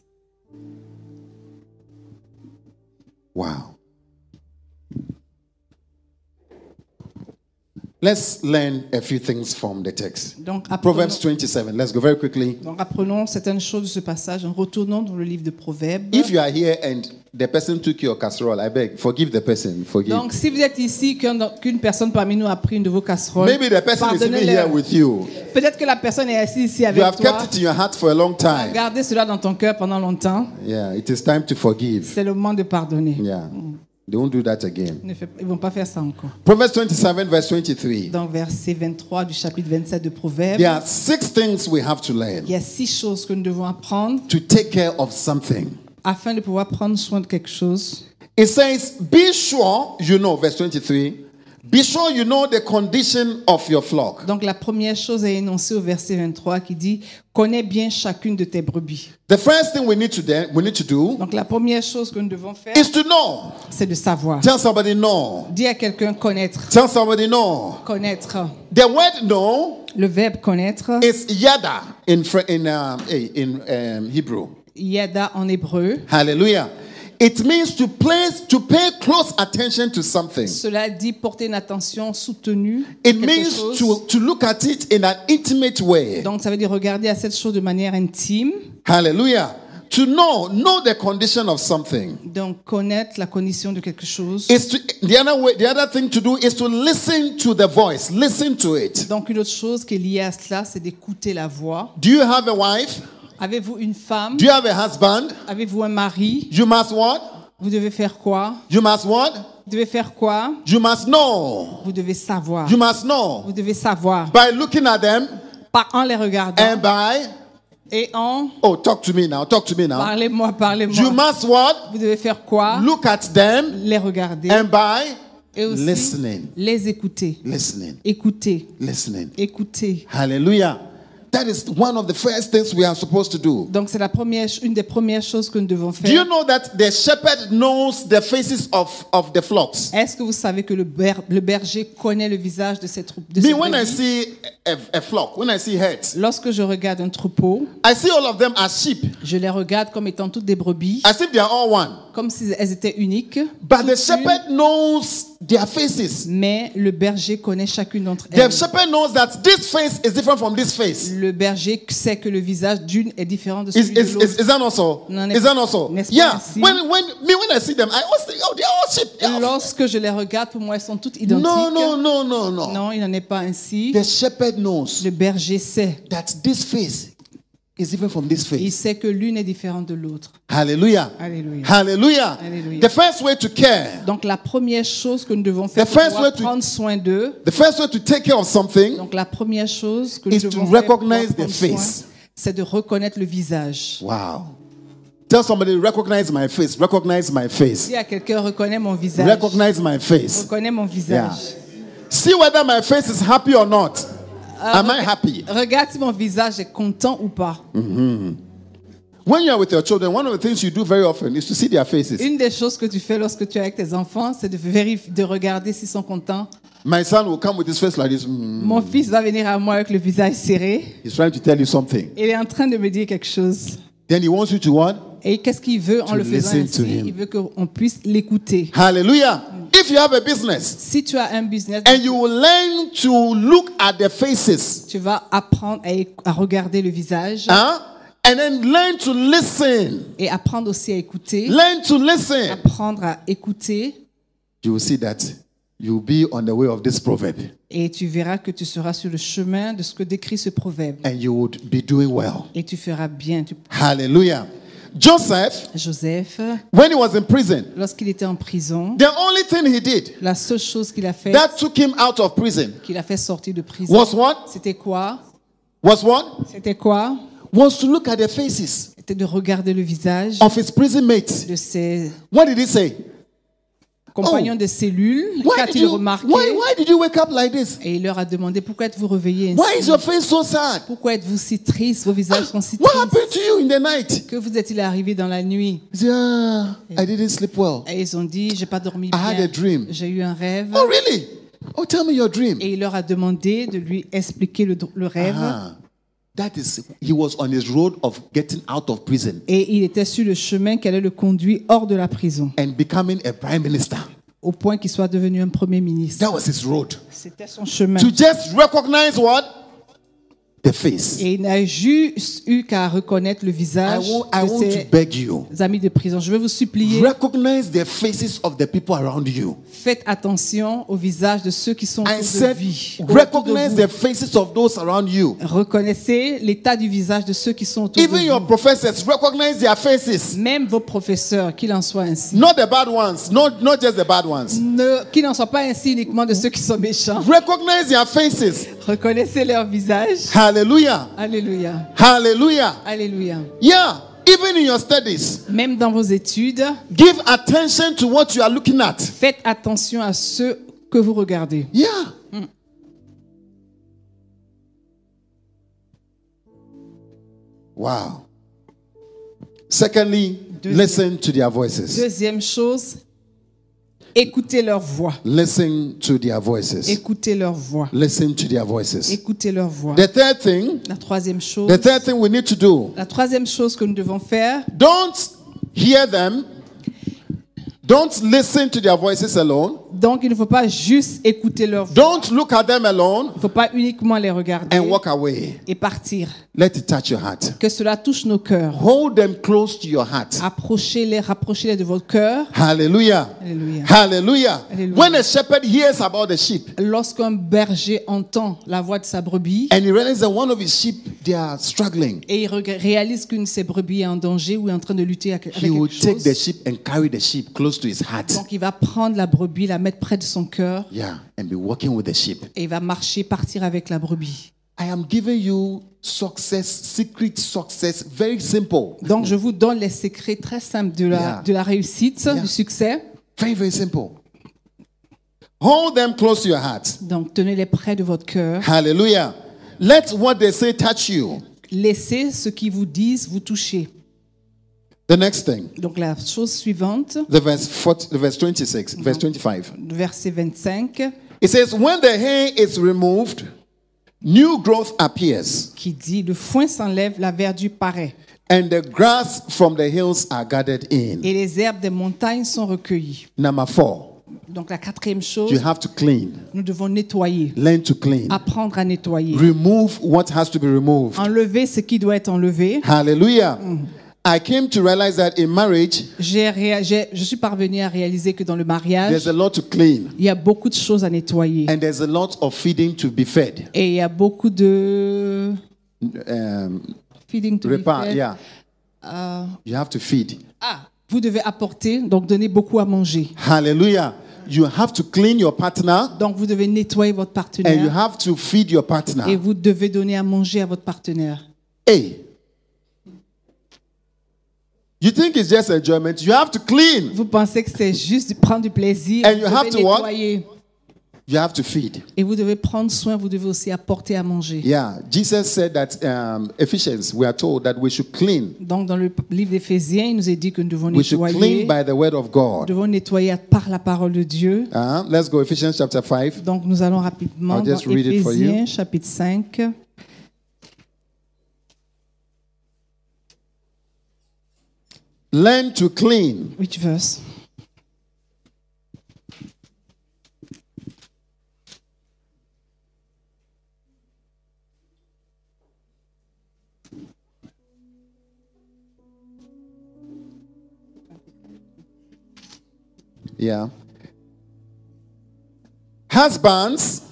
Speaker 1: Wow. Let's learn a few things from the text.
Speaker 2: Donc apprenons,
Speaker 1: Proverbs 27. Let's go very quickly.
Speaker 2: donc, apprenons certaines choses de ce passage. Retournons dans le livre de Proverbes.
Speaker 1: If you are here and the person took your casserole, I beg, forgive the person. Forgive.
Speaker 2: Donc si vous êtes ici, qu'un- qu'une personne parmi nous a pris une de vos casseroles,
Speaker 1: Maybe the person is even here
Speaker 2: pardonnez-le.
Speaker 1: with you.
Speaker 2: Peut-être que la personne est assise ici
Speaker 1: You
Speaker 2: avec
Speaker 1: have
Speaker 2: toi.
Speaker 1: kept it in your heart for a long time.
Speaker 2: Gardez cela dans ton cœur pendant longtemps.
Speaker 1: Yeah, it is time to forgive.
Speaker 2: C'est le moment de pardonner.
Speaker 1: Yeah. Don't do that again.
Speaker 2: Ne fais- ils ne vont pas faire ça encore.
Speaker 1: Proverbs 27, verse 23.
Speaker 2: Dans verset 23 du chapitre 27 de Proverbes,
Speaker 1: There are six things we have to learn
Speaker 2: il y a six choses que nous devons apprendre
Speaker 1: to take care of something.
Speaker 2: afin de pouvoir prendre soin de quelque chose.
Speaker 1: It says, Be sure you know, verse 23, be sure you know the condition of your flock.
Speaker 2: Donc la première chose est énoncée au verset 23 qui dit connais bien chacune de tes brebis.
Speaker 1: The first thing we need to, de- we need to do
Speaker 2: Donc la première chose que nous devons faire,
Speaker 1: is to know.
Speaker 2: c'est de savoir.
Speaker 1: Tell somebody no.
Speaker 2: Dis à quelqu'un connaître.
Speaker 1: Tell somebody no.
Speaker 2: Connaître.
Speaker 1: The word no
Speaker 2: Le verbe connaître,
Speaker 1: is yada in, Fr- in, um, eh, in um, Hebrew.
Speaker 2: yada en hébreu,
Speaker 1: Hallelujah. It means to place to pay close attention to something.
Speaker 2: cela dit porter une attention soutenue. à
Speaker 1: It
Speaker 2: quelque
Speaker 1: means
Speaker 2: chose.
Speaker 1: to, to look at it in an intimate way.
Speaker 2: Donc ça veut dire regarder à cette chose de manière intime.
Speaker 1: Hallelujah. To know, know the condition of something.
Speaker 2: Donc connaître la condition de quelque chose.
Speaker 1: Is to the other way, the other thing to do is to listen to the voice. Listen to it.
Speaker 2: Donc une autre chose qui est liée à cela, c'est d'écouter la voix.
Speaker 1: Do you have a wife?
Speaker 2: Avez-vous une femme
Speaker 1: Do you have a husband?
Speaker 2: Avez-vous un mari
Speaker 1: You must what?
Speaker 2: Vous devez faire quoi
Speaker 1: You must what?
Speaker 2: Vous devez faire quoi
Speaker 1: You must know.
Speaker 2: Vous devez savoir.
Speaker 1: You must know
Speaker 2: Vous devez savoir.
Speaker 1: by looking at them
Speaker 2: Pas en les regardant
Speaker 1: and by
Speaker 2: et en
Speaker 1: oh talk to me now. Talk to me now.
Speaker 2: parlez-moi,
Speaker 1: You
Speaker 2: parlez-moi.
Speaker 1: must what?
Speaker 2: Vous devez faire quoi
Speaker 1: Look at them
Speaker 2: Les regarder
Speaker 1: and by
Speaker 2: et aussi
Speaker 1: listening.
Speaker 2: les écouter.
Speaker 1: Listening.
Speaker 2: Écouter,
Speaker 1: Listening.
Speaker 2: écouter.
Speaker 1: Hallelujah. That is one of the first things we are supposed to do.
Speaker 2: Donc c'est la première, une des premières choses que nous devons
Speaker 1: Do you
Speaker 2: faire.
Speaker 1: know that the shepherd knows the faces of, of the flocks?
Speaker 2: Est-ce que vous savez que le, ber- le berger connaît le visage de ses troupes de
Speaker 1: Me,
Speaker 2: ses
Speaker 1: when I
Speaker 2: brebis
Speaker 1: see a, a flock, when I see herds,
Speaker 2: Lorsque je regarde un troupeau,
Speaker 1: I see all of them as sheep,
Speaker 2: je les regarde comme étant toutes des brebis,
Speaker 1: as if they are all one.
Speaker 2: comme si elles étaient uniques.
Speaker 1: But the
Speaker 2: toutes unes.
Speaker 1: shepherd knows their faces.
Speaker 2: Mais le berger connaît chacune d'entre
Speaker 1: The
Speaker 2: elles.
Speaker 1: shepherd knows that this face is different from this face.
Speaker 2: Le berger sait que le visage d'une est différent de
Speaker 1: Is,
Speaker 2: celui
Speaker 1: is,
Speaker 2: de
Speaker 1: is,
Speaker 2: l'autre.
Speaker 1: is that also?
Speaker 2: No, ne-
Speaker 1: Is that also?
Speaker 2: n'est-ce pas
Speaker 1: Yeah.
Speaker 2: ainsi?
Speaker 1: When, when, me, when I see them, I always think, oh, they are all sheep. They are all-
Speaker 2: Lorsque je les regarde, pour moi, elles sont toutes identiques.
Speaker 1: No, no, no, no, no.
Speaker 2: Non, il n'en est pas ainsi.
Speaker 1: The shepherd knows.
Speaker 2: Le berger sait.
Speaker 1: that this face is different from this
Speaker 2: Il
Speaker 1: face.
Speaker 2: sait que l'une est différente de l'autre.
Speaker 1: Hallelujah.
Speaker 2: Hallelujah.
Speaker 1: Hallelujah.
Speaker 2: Hallelujah.
Speaker 1: The first way to care,
Speaker 2: Donc la première chose que nous devons faire
Speaker 1: The
Speaker 2: pour
Speaker 1: first
Speaker 2: pouvoir
Speaker 1: way to-
Speaker 2: prendre soin d'eux,
Speaker 1: the first way to take care of something.
Speaker 2: donc la première chose que nous
Speaker 1: Is to
Speaker 2: devons faire pour pouvoir
Speaker 1: recognize
Speaker 2: prendre
Speaker 1: the
Speaker 2: soin,
Speaker 1: face.
Speaker 2: c'est de reconnaître le visage.
Speaker 1: Wow. Tell somebody, recognize my face. Recognize my face.
Speaker 2: Si à quelqu'un reconnaît mon visage,
Speaker 1: Recognize my face.
Speaker 2: reconnaît mon visage.
Speaker 1: See whether my face is happy or not. Am I happy?
Speaker 2: Regarde si mon visage est content ou pas.
Speaker 1: When you are with your children, one of the things you do very often is to see their faces.
Speaker 2: Une des choses que tu fais lorsque tu es avec tes enfants, c'est de vérifier, de regarder s'ils sont contents.
Speaker 1: My son will come with his face like this. Mm,
Speaker 2: Mon fils va venir à moi avec le visage serré.
Speaker 1: he's trying to tell you something.
Speaker 2: Il est en train de me dire quelque chose.
Speaker 1: Then he wants you to what?
Speaker 2: Et qu'est-ce qu'il veut en
Speaker 1: To
Speaker 2: le faisant
Speaker 1: listen to
Speaker 2: ainsi
Speaker 1: him.
Speaker 2: Il veut qu'on puisse l'écouter.
Speaker 1: Hallelujah. If you have a business
Speaker 2: Si tu as un business,
Speaker 1: and you will learn to look at the faces,
Speaker 2: tu vas apprendre à, éc- à regarder le
Speaker 1: Ah.
Speaker 2: visage
Speaker 1: huh? and then learn to listen,
Speaker 2: et apprendre aussi à écouter.
Speaker 1: learn to listen,
Speaker 2: Apprendre à écouter
Speaker 1: you will see that you'll be on the way of this proverb
Speaker 2: et tu verras que tu seras sur le chemin de ce que décrit ce proverbe.
Speaker 1: and you would be doing well.
Speaker 2: Et tu feras bien. Tu-
Speaker 1: Hallelujah. Joseph,
Speaker 2: Joseph,
Speaker 1: when he was in prison,
Speaker 2: lorsqu'il était en prison,
Speaker 1: the only thing he did
Speaker 2: la seule chose qu'il a fait,
Speaker 1: that took him out of prison
Speaker 2: qu'il a fait sortir de prison,
Speaker 1: was what?
Speaker 2: c'était quoi
Speaker 1: Was what?
Speaker 2: C'était quoi
Speaker 1: Was to look at the faces
Speaker 2: C'était de regarder le visage
Speaker 1: of his prison mates.
Speaker 2: de ses
Speaker 1: What did he say?
Speaker 2: compagnons de cellule.
Speaker 1: Oh. Why did
Speaker 2: Qu'a-t-il
Speaker 1: you,
Speaker 2: remarqué
Speaker 1: why, why did you wake up like this?
Speaker 2: Et il leur a demandé pourquoi êtes-vous réveillés ainsi
Speaker 1: Why is your face so sad?
Speaker 2: Pourquoi êtes-vous si triste Vos visages sont si
Speaker 1: What
Speaker 2: tristes.
Speaker 1: happened to you in the night?
Speaker 2: Que vous est-il arrivé dans la nuit
Speaker 1: He said, "Ah, I didn't sleep well.
Speaker 2: Et ils ont dit j'ai pas dormi
Speaker 1: I had a
Speaker 2: bien.
Speaker 1: dream.
Speaker 2: J'ai eu un rêve.
Speaker 1: Oh, really? Oh, tell me your dream.
Speaker 2: Et il leur a demandé de lui expliquer le, le rêve.
Speaker 1: Ah, that is, he was on his road of getting out of prison
Speaker 2: Et il était sur le chemin qui allait le conduire hors de la prison,
Speaker 1: and becoming a prime minister.
Speaker 2: au point qu'il soit devenu un premier ministre.
Speaker 1: That was his road.
Speaker 2: C'était son chemin.
Speaker 1: To just recognize what? The face.
Speaker 2: Et il n'a juste eu qu'à reconnaître le
Speaker 1: I
Speaker 2: visage
Speaker 1: want, I
Speaker 2: de
Speaker 1: want to
Speaker 2: ses
Speaker 1: beg you.
Speaker 2: amis de prison. Je veux vous supplier,
Speaker 1: Recognize the faces of the people around you.
Speaker 2: faites attention au visage de ceux qui sont autour
Speaker 1: I
Speaker 2: de
Speaker 1: said,
Speaker 2: vie. autour de
Speaker 1: recognize
Speaker 2: vous.
Speaker 1: the faces of those around you.
Speaker 2: Reconnaissez l'état du visage de ceux qui sont autour
Speaker 1: Even
Speaker 2: de
Speaker 1: your
Speaker 2: vous.
Speaker 1: professors, recognize their faces.
Speaker 2: Même vos professeurs, qu'il en soit ainsi.
Speaker 1: Not the bad ones, not, not just the bad ones.
Speaker 2: Ne- Qu'il n'en soit pas ainsi uniquement de ceux qui sont méchants.
Speaker 1: Recognize their faces.
Speaker 2: Reconnaissez leur visage.
Speaker 1: Hallelujah.
Speaker 2: Alléluia.
Speaker 1: Hallelujah.
Speaker 2: Alléluia.
Speaker 1: Yeah, even in your studies,
Speaker 2: Même dans vos études,
Speaker 1: give attention to what you are looking at.
Speaker 2: faites attention à ceux que vous regardez.
Speaker 1: Yeah. Wow. Secondly,
Speaker 2: Deuxième.
Speaker 1: listen to their voices.
Speaker 2: Deuxième chose, écoutez leur voix.
Speaker 1: Listen to their voices.
Speaker 2: Écoutez leur voix.
Speaker 1: Listen to their voices.
Speaker 2: Écoutez leur voix.
Speaker 1: The third thing,
Speaker 2: La troisième chose,
Speaker 1: the third thing we need to do,
Speaker 2: la troisième chose que nous devons faire,
Speaker 1: don't hear them. Don't listen to their voices alone.
Speaker 2: donc il ne faut pas juste écouter leur voix.
Speaker 1: Don't look at them alone
Speaker 2: Il ne faut pas uniquement les regarder
Speaker 1: and walk away.
Speaker 2: et partir.
Speaker 1: Let it touch your heart.
Speaker 2: Que cela touche nos cœurs.
Speaker 1: Hold them close to your heart.
Speaker 2: Approchez-les, rapprochez-les de votre cœur.
Speaker 1: Hallelujah.
Speaker 2: Hallelujah.
Speaker 1: Hallelujah.
Speaker 2: Hallelujah.
Speaker 1: When a shepherd hears about the sheep
Speaker 2: Lorsqu'un berger entend la voix de sa brebis
Speaker 1: and he realizes that one of his sheep they are struggling,
Speaker 2: et il reg- réalise qu'une de ses brebis est en danger ou est en train de lutter avec avec
Speaker 1: he will
Speaker 2: quelque
Speaker 1: take the
Speaker 2: chose,
Speaker 1: sheep and carry the sheep close to his heart.
Speaker 2: donc il va prendre la brebis, la mettre près de son cœur
Speaker 1: Yeah, and be walking with the sheep.
Speaker 2: et il va marcher, partir avec la brebis.
Speaker 1: I am giving you success, secret success, very simple.
Speaker 2: Donc je vous donne les secrets très simples de la,
Speaker 1: Yeah.
Speaker 2: de la réussite,
Speaker 1: Yeah.
Speaker 2: du succès.
Speaker 1: Very, very simple. Hold them close to your heart.
Speaker 2: Donc tenez-les près de votre cœur.
Speaker 1: Hallelujah. Let what they say touch you.
Speaker 2: Laissez ce qu'ils vous disent vous toucher.
Speaker 1: The next thing,
Speaker 2: Donc la chose suivante,
Speaker 1: the verse, 40, verse 26, verse 25.
Speaker 2: verset 25,
Speaker 1: It says, When the hay is removed, new growth appears,
Speaker 2: qui dit Le foin s'enlève, la verdure paraît,
Speaker 1: and the grass from the hills are gathered in.
Speaker 2: et les herbes des montagnes sont recueillies.
Speaker 1: Number four,
Speaker 2: Donc la quatrième
Speaker 1: you
Speaker 2: chose,
Speaker 1: have to clean.
Speaker 2: nous devons nettoyer,
Speaker 1: Learn to clean.
Speaker 2: apprendre à nettoyer,
Speaker 1: Remove what has to be removed.
Speaker 2: enlever ce qui doit être enlevé.
Speaker 1: Hallelujah.
Speaker 2: Mm.
Speaker 1: I came to realize that in marriage,
Speaker 2: J'ai réa- j'ai- je suis parvenue à réaliser que dans le mariage,
Speaker 1: there's a lot to clean,
Speaker 2: il y a beaucoup de choses à nettoyer
Speaker 1: and there's a lot of feeding to be fed.
Speaker 2: et il y a beaucoup de
Speaker 1: Um,
Speaker 2: feeding to be
Speaker 1: repair,
Speaker 2: fed.
Speaker 1: yeah.
Speaker 2: Euh,
Speaker 1: You have to feed.
Speaker 2: ah, vous devez apporter, donc donner beaucoup à manger.
Speaker 1: Hallelujah. You have to clean your partner,
Speaker 2: Donc vous devez nettoyer votre
Speaker 1: and you
Speaker 2: partenaire
Speaker 1: have to feed your
Speaker 2: et
Speaker 1: partner.
Speaker 2: vous devez donner à manger à votre partenaire.
Speaker 1: Hey. You think it's just enjoyment. You have to clean.
Speaker 2: Vous pensez que c'est juste de prendre du plaisir,
Speaker 1: And
Speaker 2: vous
Speaker 1: you have
Speaker 2: devez
Speaker 1: to what?
Speaker 2: nettoyer
Speaker 1: You have to feed.
Speaker 2: et vous devez prendre soin, vous devez aussi apporter à manger.
Speaker 1: Yeah. Jesus said that um, Ephesians, we are told that we should clean.
Speaker 2: Donc, dans le livre d'Éphésiens, il nous est dit que nous devons
Speaker 1: We should
Speaker 2: nettoyer.
Speaker 1: clean by the word of
Speaker 2: Nous
Speaker 1: God.
Speaker 2: devons nettoyer par la parole de Dieu.
Speaker 1: Uh, let's go. Ephesians chapter 5.
Speaker 2: Donc, nous allons rapidement
Speaker 1: I'll
Speaker 2: dans
Speaker 1: just read it for you.
Speaker 2: Éphésiens, chapitre 5.
Speaker 1: Learn to clean.
Speaker 2: Which verse?
Speaker 1: Yeah. Husbands,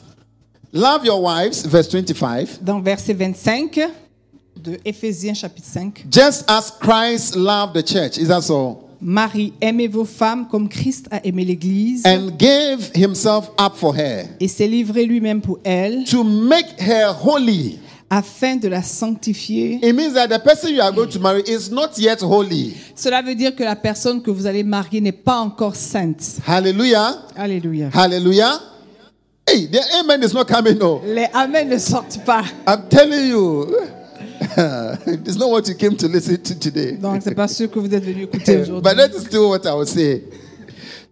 Speaker 1: love your wives, verse 25,
Speaker 2: Dans verset 25 de Éphésiens chapitre 5.
Speaker 1: just as Christ loved the church. Is that so?
Speaker 2: Marie, aimez vos femmes comme Christ a aimé l'Église
Speaker 1: And gave himself up for her
Speaker 2: et s'est livré lui-même pour elle
Speaker 1: to make her holy.
Speaker 2: afin de la sanctifier.
Speaker 1: It means that the person you are going to marry is not yet holy.
Speaker 2: Cela veut dire que la personne que vous allez marier n'est pas encore sainte.
Speaker 1: Hallelujah.
Speaker 2: Alléluia.
Speaker 1: Hallelujah. Hey, the amen is not coming, no.
Speaker 2: Les Amen ne sortent pas.
Speaker 1: I'm telling you, <laughs> it's not what you came to listen to today.
Speaker 2: Donc, c'est pas ce que vous êtes venu écouter aujourd'hui.
Speaker 1: But that is still what I would say.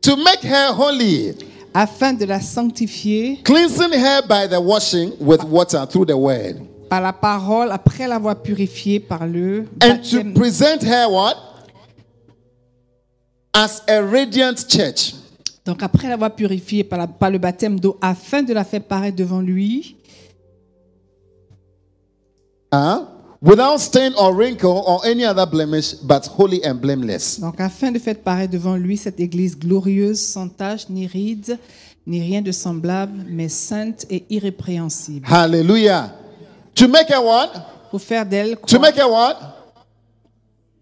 Speaker 1: To make her holy,
Speaker 2: Afin de la sanctifier
Speaker 1: cleansing her by the washing with water through the word,
Speaker 2: par la parole après l'avoir purifiée par le
Speaker 1: and to
Speaker 2: baptême
Speaker 1: present her what? As a radiant church,
Speaker 2: Donc après l'avoir purifiée par, la- par le baptême d'eau, afin de la faire paraître devant lui,
Speaker 1: huh? without stain or wrinkle or any other blemish, but holy and blameless.
Speaker 2: donc afin de faire paraître devant lui cette église glorieuse, sans tache, ni ride, ni rien de semblable, mais sainte et irrépréhensible.
Speaker 1: Hallelujah. To make her what?
Speaker 2: Pour faire d'elle
Speaker 1: To
Speaker 2: quoi
Speaker 1: make her what?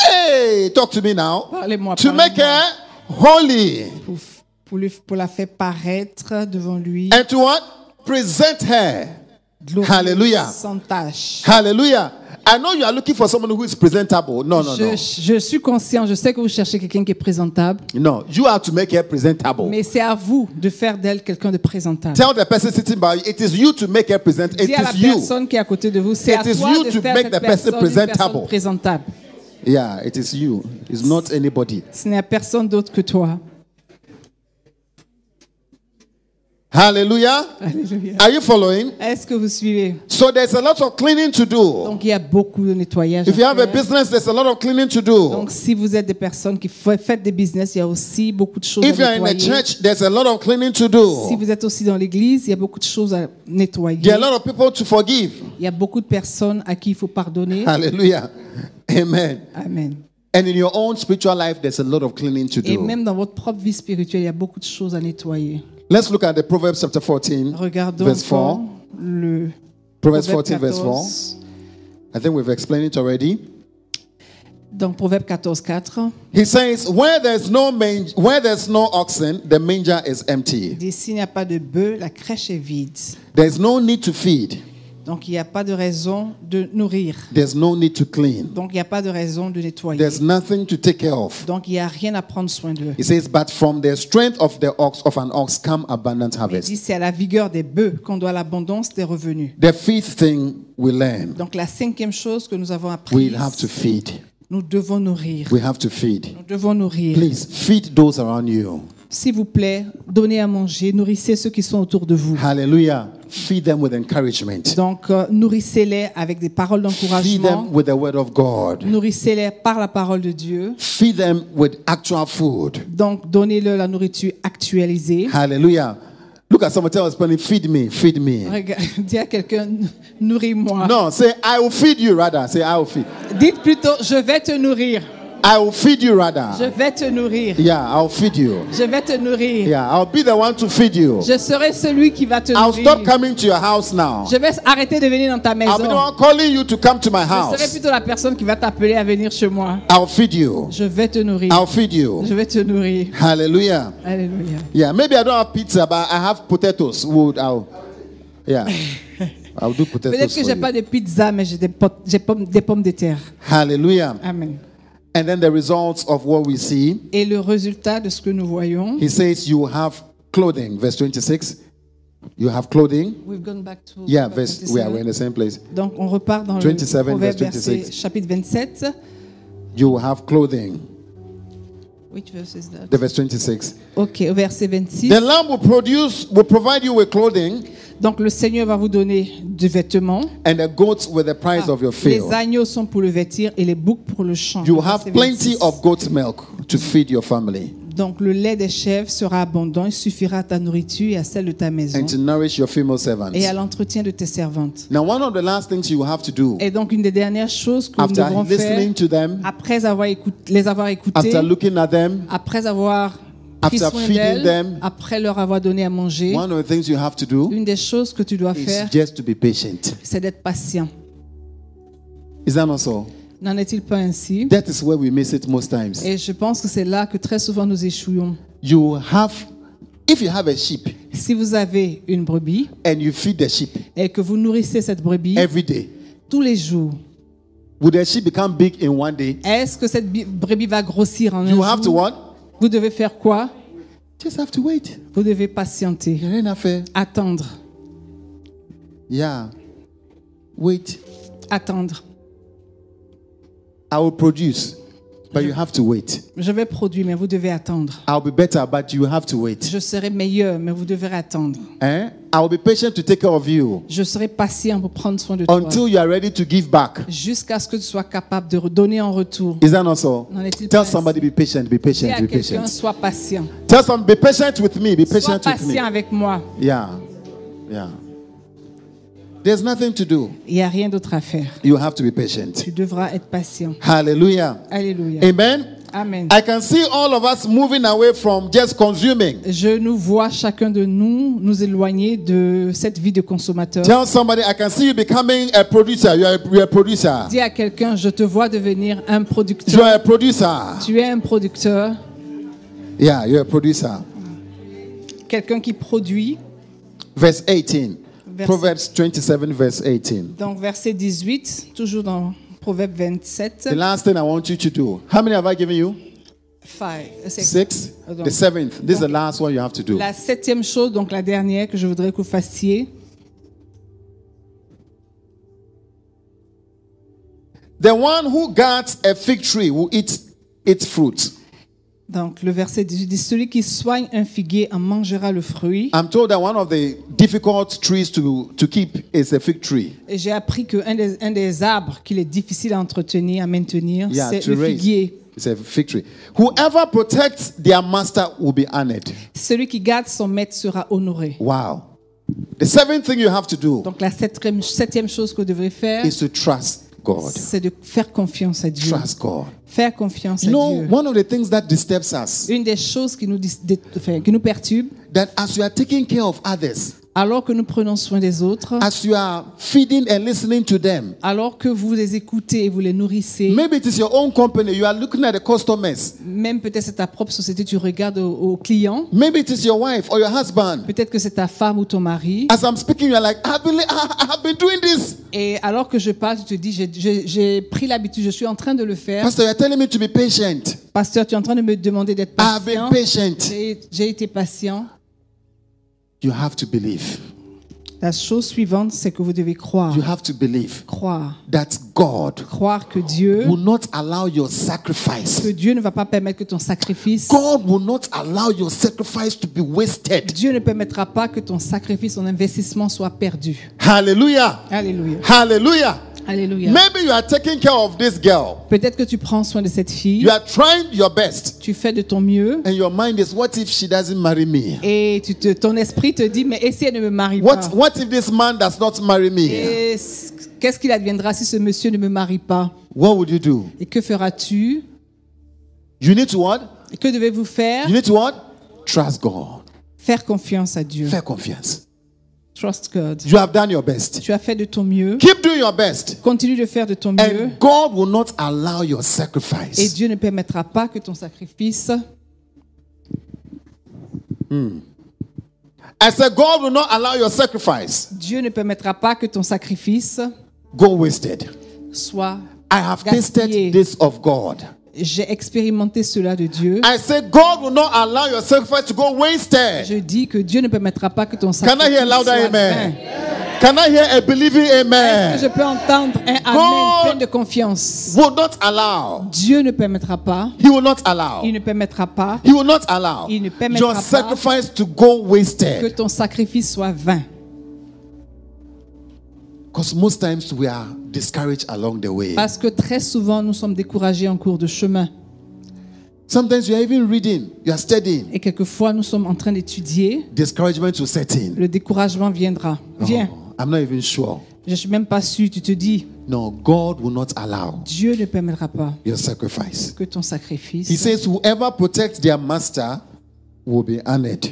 Speaker 1: Hey, talk to me now.
Speaker 2: Parlez-moi,
Speaker 1: To make
Speaker 2: parlez-moi.
Speaker 1: her holy.
Speaker 2: Pour, f- pour lui- pour la faire paraître devant lui,
Speaker 1: And to what? Present her.
Speaker 2: glorieuse,
Speaker 1: Hallelujah.
Speaker 2: sans tache.
Speaker 1: Hallelujah. I know you are looking for someone who is presentable. No, no, no.
Speaker 2: Je, je suis conscient, je sais que vous cherchez quelqu'un qui est présentable,
Speaker 1: No, you have to make her presentable.
Speaker 2: mais c'est à vous de faire d'elle quelqu'un de présentable.
Speaker 1: Tell the person sitting by you, it is you to make her present. It
Speaker 2: Dis à la
Speaker 1: is you.
Speaker 2: personne qui est à côté de vous, c'est
Speaker 1: It
Speaker 2: à
Speaker 1: is
Speaker 2: toi
Speaker 1: you
Speaker 2: de
Speaker 1: to
Speaker 2: faire
Speaker 1: make the
Speaker 2: cette
Speaker 1: person
Speaker 2: personne une personne
Speaker 1: presentable.
Speaker 2: présentable.
Speaker 1: Yeah, it is you. It's not anybody.
Speaker 2: Ce n'est à personne d'autre que toi.
Speaker 1: Hallelujah.
Speaker 2: Alléluia.
Speaker 1: Are you following?
Speaker 2: Est-ce que vous suivez
Speaker 1: So there's a lot of cleaning to do.
Speaker 2: Donc il y a beaucoup de nettoyage.
Speaker 1: If you
Speaker 2: à
Speaker 1: have a
Speaker 2: faire.
Speaker 1: business, there's a lot of cleaning to do.
Speaker 2: Donc si vous êtes des personnes qui fa- faites des business, il y a aussi beaucoup de choses
Speaker 1: If you
Speaker 2: à
Speaker 1: are in a
Speaker 2: nettoyer.
Speaker 1: church, there's a lot of cleaning to
Speaker 2: si
Speaker 1: do.
Speaker 2: vous êtes aussi dans l'église, il y a beaucoup de choses à nettoyer.
Speaker 1: There are a lot of people to forgive. <laughs>
Speaker 2: Il y a beaucoup de personnes à qui il faut pardonner.
Speaker 1: Ah. Hallelujah. <laughs> Amen.
Speaker 2: Amen.
Speaker 1: And in your own spiritual life, there's a lot of cleaning to
Speaker 2: Et
Speaker 1: do.
Speaker 2: même dans votre propre vie spirituelle, il y a beaucoup de choses à nettoyer.
Speaker 1: Let's look at the Proverbs chapter 14,
Speaker 2: Regardons
Speaker 1: verse 4.
Speaker 2: encore le
Speaker 1: Proverbs
Speaker 2: Proverbe
Speaker 1: 14, verse 4.
Speaker 2: 14.
Speaker 1: I think we've explained it already.
Speaker 2: Donc Proverbe 14, 4.
Speaker 1: He says, "Where there's no man- where there's no oxen, the manger is empty.
Speaker 2: D'ici, s'il n'y a pas de bœuf, la crèche est vide.
Speaker 1: There's no need to feed.
Speaker 2: Donc, il n'y a pas de raison de nourrir.
Speaker 1: There's no need to clean.
Speaker 2: Donc, il n'y a pas de raison de nettoyer.
Speaker 1: There's nothing to take care of."
Speaker 2: Donc, il n'y a rien à prendre soin d'eux.
Speaker 1: He says, "But from the strength of the ox of an ox come abundant
Speaker 2: Il dit,
Speaker 1: harvest."
Speaker 2: c'est à la vigueur des bœufs qu'on doit l'abondance des revenus.
Speaker 1: The fifth thing we learn,
Speaker 2: Donc, la cinquième chose que nous avons
Speaker 1: we
Speaker 2: apprise,
Speaker 1: have to feed.
Speaker 2: nous devons nourrir.
Speaker 1: We have to feed.
Speaker 2: Nous devons nourrir.
Speaker 1: Please feed those around you.
Speaker 2: S'il vous plaît, donnez à manger, nourrissez ceux qui sont autour de vous.
Speaker 1: Hallelujah. Feed them with encouragement.
Speaker 2: Donc, euh, nourrissez-les avec des paroles
Speaker 1: Feed them
Speaker 2: d'encouragement.
Speaker 1: with the word of God.
Speaker 2: Nourrissez-les par la parole de Dieu.
Speaker 1: Feed them with actual food.
Speaker 2: Donc, donnez-leur la nourriture actualisée.
Speaker 1: Hallelujah. Look at someone tell us, "Penny, feed me, feed me.
Speaker 2: Regarde, <laughs> dis à quelqu'un, nourris-moi.
Speaker 1: No, say, I will feed you rather. Say, I will feed.
Speaker 2: Dites plutôt, je vais te nourrir.
Speaker 1: I will feed you
Speaker 2: Je
Speaker 1: rather.
Speaker 2: vais te nourrir.
Speaker 1: Yeah, I'll feed you.
Speaker 2: Je vais te nourrir.
Speaker 1: Yeah, I'll be the one to feed you.
Speaker 2: Je serai celui qui va te
Speaker 1: I'll stop
Speaker 2: nourrir.
Speaker 1: coming to your house now.
Speaker 2: Je vais arrêter de venir dans ta
Speaker 1: I'll be the
Speaker 2: maison.
Speaker 1: one calling you to come to my
Speaker 2: Je serai
Speaker 1: house.
Speaker 2: plutôt la personne qui va t'appeler à venir chez moi.
Speaker 1: I'll feed you.
Speaker 2: Je vais te nourrir.
Speaker 1: I'll feed you.
Speaker 2: Je vais te nourrir.
Speaker 1: Hallelujah.
Speaker 2: Alléluia.
Speaker 1: Yeah, maybe I don't have pizza, but I have potatoes. Would I'll, yeah, I'll do
Speaker 2: Peut-être
Speaker 1: potatoes
Speaker 2: que
Speaker 1: for
Speaker 2: j'ai
Speaker 1: you.
Speaker 2: pas de pizza, mais j'ai des, pot- j'ai pommes- des pommes de terre.
Speaker 1: Hallelujah.
Speaker 2: Amen.
Speaker 1: And then the results of what we see.
Speaker 2: Et le résultat de ce que nous voyons.
Speaker 1: He says, You have clothing. Verse 26. You have clothing.
Speaker 2: We've gone back to
Speaker 1: Yeah, verse, we are
Speaker 2: 27.
Speaker 1: we're in the same place.
Speaker 2: Donc on repart dans
Speaker 1: 27,
Speaker 2: le proverbe
Speaker 1: verse
Speaker 2: verset-
Speaker 1: 26.
Speaker 2: chapitre 27.
Speaker 1: You have clothing.
Speaker 2: Which verse is that?
Speaker 1: The verse 26.
Speaker 2: Ok, au verset 26.
Speaker 1: The lamb will produce, will provide you with clothing
Speaker 2: Donc le Seigneur va vous donner du vêtement.
Speaker 1: and the goats were the price of your
Speaker 2: Les
Speaker 1: field.
Speaker 2: agneaux sont pour le vêtir et les boucs pour le champ.
Speaker 1: You have
Speaker 2: Verset
Speaker 1: plenty
Speaker 2: 26.
Speaker 1: of goat's milk to feed your family
Speaker 2: Donc le lait des chèvres sera abondant, il suffira à ta nourriture et à celle de ta maison
Speaker 1: and to nourish your female
Speaker 2: et à
Speaker 1: servants.
Speaker 2: l'entretien de tes servantes.
Speaker 1: Now, one of the last things you have to do
Speaker 2: Et donc une des dernières choses que nous
Speaker 1: after
Speaker 2: devrons faire
Speaker 1: listening to them,
Speaker 2: après avoir écout- les avoir écoutés,
Speaker 1: after looking at them,
Speaker 2: après avoir pris
Speaker 1: After
Speaker 2: soin
Speaker 1: feeding
Speaker 2: d'elles,
Speaker 1: them,
Speaker 2: après leur avoir donné à manger,
Speaker 1: one of the things you have to do
Speaker 2: une des choses que tu dois
Speaker 1: is
Speaker 2: faire,
Speaker 1: just to be patient.
Speaker 2: c'est d'être patient.
Speaker 1: Is that not so?
Speaker 2: N'en est-il pas ainsi
Speaker 1: That is where we miss it most times.
Speaker 2: Et je pense que c'est là que très souvent nous échouons.
Speaker 1: You have, if you have a sheep
Speaker 2: Si vous avez une brebis
Speaker 1: and you feed the sheep
Speaker 2: et que vous nourrissez cette brebis
Speaker 1: every day,
Speaker 2: tous les jours,
Speaker 1: would the sheep become big in one day?
Speaker 2: est-ce que cette bi- brebis va grossir en un
Speaker 1: You have to
Speaker 2: jour
Speaker 1: what?
Speaker 2: Vous devez faire quoi
Speaker 1: Just have to wait.
Speaker 2: Vous devez patienter,
Speaker 1: Il n'y a rien à faire.
Speaker 2: attendre,
Speaker 1: Yeah. Wait.
Speaker 2: attendre.
Speaker 1: I will produce, but you have to wait.
Speaker 2: Je vais produire, mais vous devez attendre.
Speaker 1: I'll be better, but you have to wait.
Speaker 2: Je serai meilleur, mais vous devrez attendre.
Speaker 1: Eh? I'll be patient to take care of you
Speaker 2: Je serai patient pour prendre soin de toi.
Speaker 1: until you are ready to give back.
Speaker 2: jusqu'à ce que tu sois capable de redonner en retour.
Speaker 1: Is that not so?
Speaker 2: N'en est-il
Speaker 1: Tell
Speaker 2: pas
Speaker 1: somebody be patient, be
Speaker 2: Dis
Speaker 1: patient,
Speaker 2: à
Speaker 1: be
Speaker 2: quelqu'un,
Speaker 1: patient.
Speaker 2: sois patient.
Speaker 1: Tell some be patient with me, be
Speaker 2: sois
Speaker 1: patient with me.
Speaker 2: patient avec moi.
Speaker 1: Yeah. Yeah. There's nothing to do.
Speaker 2: Il n'y a rien d'autre à faire.
Speaker 1: You have to be patient.
Speaker 2: Tu devras être patient.
Speaker 1: Hallelujah.
Speaker 2: Alléluia.
Speaker 1: Amen.
Speaker 2: Amen.
Speaker 1: I can see all of us moving away from just consuming.
Speaker 2: Je nous vois chacun de nous nous éloigner de cette vie de consommateur.
Speaker 1: Tell somebody, I can see you becoming a producer. You are a, you are a producer.
Speaker 2: Dis à quelqu'un, je te vois devenir un
Speaker 1: You
Speaker 2: producteur.
Speaker 1: are a producer.
Speaker 2: Tu es un producteur,
Speaker 1: Yeah, you're a producer.
Speaker 2: quelqu'un qui produit.
Speaker 1: Verse 18.
Speaker 2: Verse-
Speaker 1: Proverbs 27, verse 18.
Speaker 2: Donc verset 18, toujours dans Proverbe 27.
Speaker 1: The last thing I want you to do. How many have I given you?
Speaker 2: Five, six.
Speaker 1: Six. The seventh. This is the last one you have to do.
Speaker 2: La septième chose, donc la dernière que je voudrais que vous fassiez,
Speaker 1: The one who guards a fig tree will eat its fruit.
Speaker 2: Donc, le verset 18 dit Celui qui soigne un figuier en mangera le fruit.
Speaker 1: I'm told that one of the difficult trees to, to keep is a fig tree.
Speaker 2: Et j'ai appris qu'un des, un des arbres qu'il est difficile à entretenir, à maintenir,
Speaker 1: Yeah,
Speaker 2: c'est
Speaker 1: to
Speaker 2: le
Speaker 1: raise.
Speaker 2: figuier.
Speaker 1: It's a fig tree. Whoever protects their master will be honored.
Speaker 2: Celui qui garde son maître sera honoré.
Speaker 1: Wow. The seventh thing you have to do
Speaker 2: Donc, la septième, septième chose que vous devez faire,
Speaker 1: is to trust God.
Speaker 2: c'est de faire confiance à Dieu.
Speaker 1: Trust God.
Speaker 2: Faire confiance à
Speaker 1: You know,
Speaker 2: Dieu.
Speaker 1: one of the things that disturbs us
Speaker 2: Une des choses qui nous, dis- dé- enfin, qui nous perturbe,
Speaker 1: that as you are taking care of others,
Speaker 2: alors que nous prenons soin des autres,
Speaker 1: as you are feeding and listening to them,
Speaker 2: alors que vous les écoutez et vous les nourrissez,
Speaker 1: maybe it is your own company, you are looking at the customers,
Speaker 2: même peut-être c'est ta propre société, tu regardes aux aux clients,
Speaker 1: maybe it is your wife or your husband.
Speaker 2: Peut-être que c'est ta femme ou ton mari.
Speaker 1: As I'm speaking, you are like, I've been, <laughs> I have been doing this.
Speaker 2: Et alors que je parle, tu te dis, j'ai- j'ai j'ai pris l'habitude, je suis en train de le faire.
Speaker 1: Pastor, you're telling me to be patient.
Speaker 2: Pasteur, tu es en train de me demander d'être
Speaker 1: I've been
Speaker 2: patient.
Speaker 1: patient.
Speaker 2: J'ai j'ai été patient.
Speaker 1: You have to believe.
Speaker 2: La chose suivante, c'est que vous devez croire.
Speaker 1: You have to believe
Speaker 2: Croire.
Speaker 1: that God
Speaker 2: Croire que Dieu,
Speaker 1: will not allow your
Speaker 2: que
Speaker 1: sacrifice.
Speaker 2: Dieu ne va pas permettre que ton sacrifice,
Speaker 1: God will not allow your sacrifice to be wasted.
Speaker 2: Dieu ne permettra pas que ton sacrifice, ton investissement soit perdu.
Speaker 1: Hallelujah.
Speaker 2: Alléluia.
Speaker 1: Hallelujah.
Speaker 2: Alléluia.
Speaker 1: Maybe you are taking care of this girl.
Speaker 2: Peut-être que tu prends soin de cette fille,
Speaker 1: You are trying your best.
Speaker 2: tu fais de ton mieux,
Speaker 1: And your mind is, what if she doesn't marry me?
Speaker 2: et tu te, ton esprit te dit, mais essayez de me marier pas.
Speaker 1: What, what if this man does not marry me?
Speaker 2: Et Qu'est-ce qu'il adviendra si ce monsieur ne me marie pas
Speaker 1: What would you do?
Speaker 2: Et que feras-tu
Speaker 1: You need to what?
Speaker 2: Et Que devez-vous faire
Speaker 1: You need to what? Trust God.
Speaker 2: Faire confiance à Dieu.
Speaker 1: Fair confiance.
Speaker 2: Trust God.
Speaker 1: You have done your best.
Speaker 2: Tu as fait de ton mieux.
Speaker 1: Keep doing your best.
Speaker 2: Continue de faire de ton mieux.
Speaker 1: And God will not allow your
Speaker 2: Et
Speaker 1: sacrifice.
Speaker 2: Dieu ne permettra pas que ton sacrifice.
Speaker 1: I said, God will not allow your sacrifice
Speaker 2: Dieu ne permettra pas que ton sacrifice
Speaker 1: go wasted.
Speaker 2: soit.
Speaker 1: I have
Speaker 2: Gaspiller.
Speaker 1: tasted this of God.
Speaker 2: J'ai expérimenté cela de Dieu.
Speaker 1: I said, God will not allow your sacrifice to go wasted.
Speaker 2: Je dis que Dieu ne permettra pas que ton
Speaker 1: Can I
Speaker 2: sacrifice
Speaker 1: hear a
Speaker 2: soit
Speaker 1: louder
Speaker 2: vain.
Speaker 1: amen? Can I hear a believing
Speaker 2: Est-ce que
Speaker 1: amen?
Speaker 2: je peux entendre un amen
Speaker 1: God-
Speaker 2: plein de confiance
Speaker 1: Will not allow.
Speaker 2: Dieu ne permettra pas.
Speaker 1: He will not allow.
Speaker 2: Il ne permettra pas
Speaker 1: He will not allow
Speaker 2: Il ne permettra
Speaker 1: your
Speaker 2: pas
Speaker 1: sacrifice to go
Speaker 2: que
Speaker 1: wasted.
Speaker 2: ton sacrifice soit vain.
Speaker 1: Because most times we are discouraged along the way.
Speaker 2: Parce que très souvent, nous sommes découragés en cours de chemin.
Speaker 1: Sometimes you are even reading, you are studying.
Speaker 2: Et quelquefois, nous sommes en train d'étudier.
Speaker 1: Discouragement will set in.
Speaker 2: Le découragement viendra. Viens.
Speaker 1: Oh, I'm not even sure.
Speaker 2: Je suis même pas sûr. Tu te dis,
Speaker 1: No, God will not allow
Speaker 2: Dieu ne permettra pas
Speaker 1: your sacrifice.
Speaker 2: que ton
Speaker 1: He
Speaker 2: sacrifice.
Speaker 1: says, Whoever protects their master will be honored.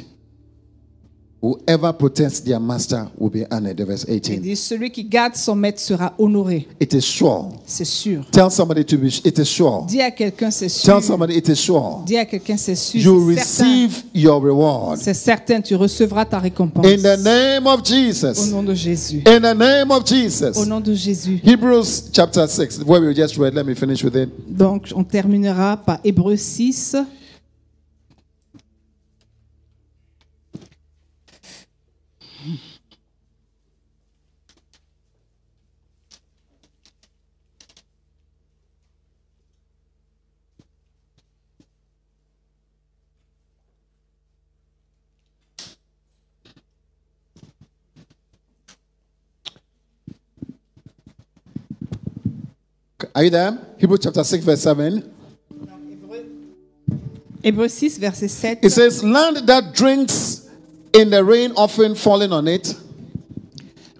Speaker 1: Whoever protects their master will be honored. Verse
Speaker 2: Il
Speaker 1: 18.
Speaker 2: dit, celui qui garde son maître sera honoré.
Speaker 1: It is sure.
Speaker 2: C'est sûr.
Speaker 1: Tell somebody to be, it is sure.
Speaker 2: Dis à quelqu'un, c'est sûr.
Speaker 1: Tell somebody it is sure.
Speaker 2: Dis à quelqu'un, c'est sûr.
Speaker 1: You
Speaker 2: C'est certain.
Speaker 1: receive your reward.
Speaker 2: C'est certain, tu recevras ta récompense.
Speaker 1: In the name of
Speaker 2: Au
Speaker 1: Jesus.
Speaker 2: nom de Jésus.
Speaker 1: In the name of
Speaker 2: Au
Speaker 1: Jesus.
Speaker 2: nom de Jésus.
Speaker 1: Hebrews chapter 6, where we just read, let me finish with it.
Speaker 2: Donc, on terminera par Hébreu 6.
Speaker 1: Are you there? Hebrews chapter 6, verse 7.
Speaker 2: Hébreu 6, verset 7.
Speaker 1: It says, Land that drinks in the rain often falling on it,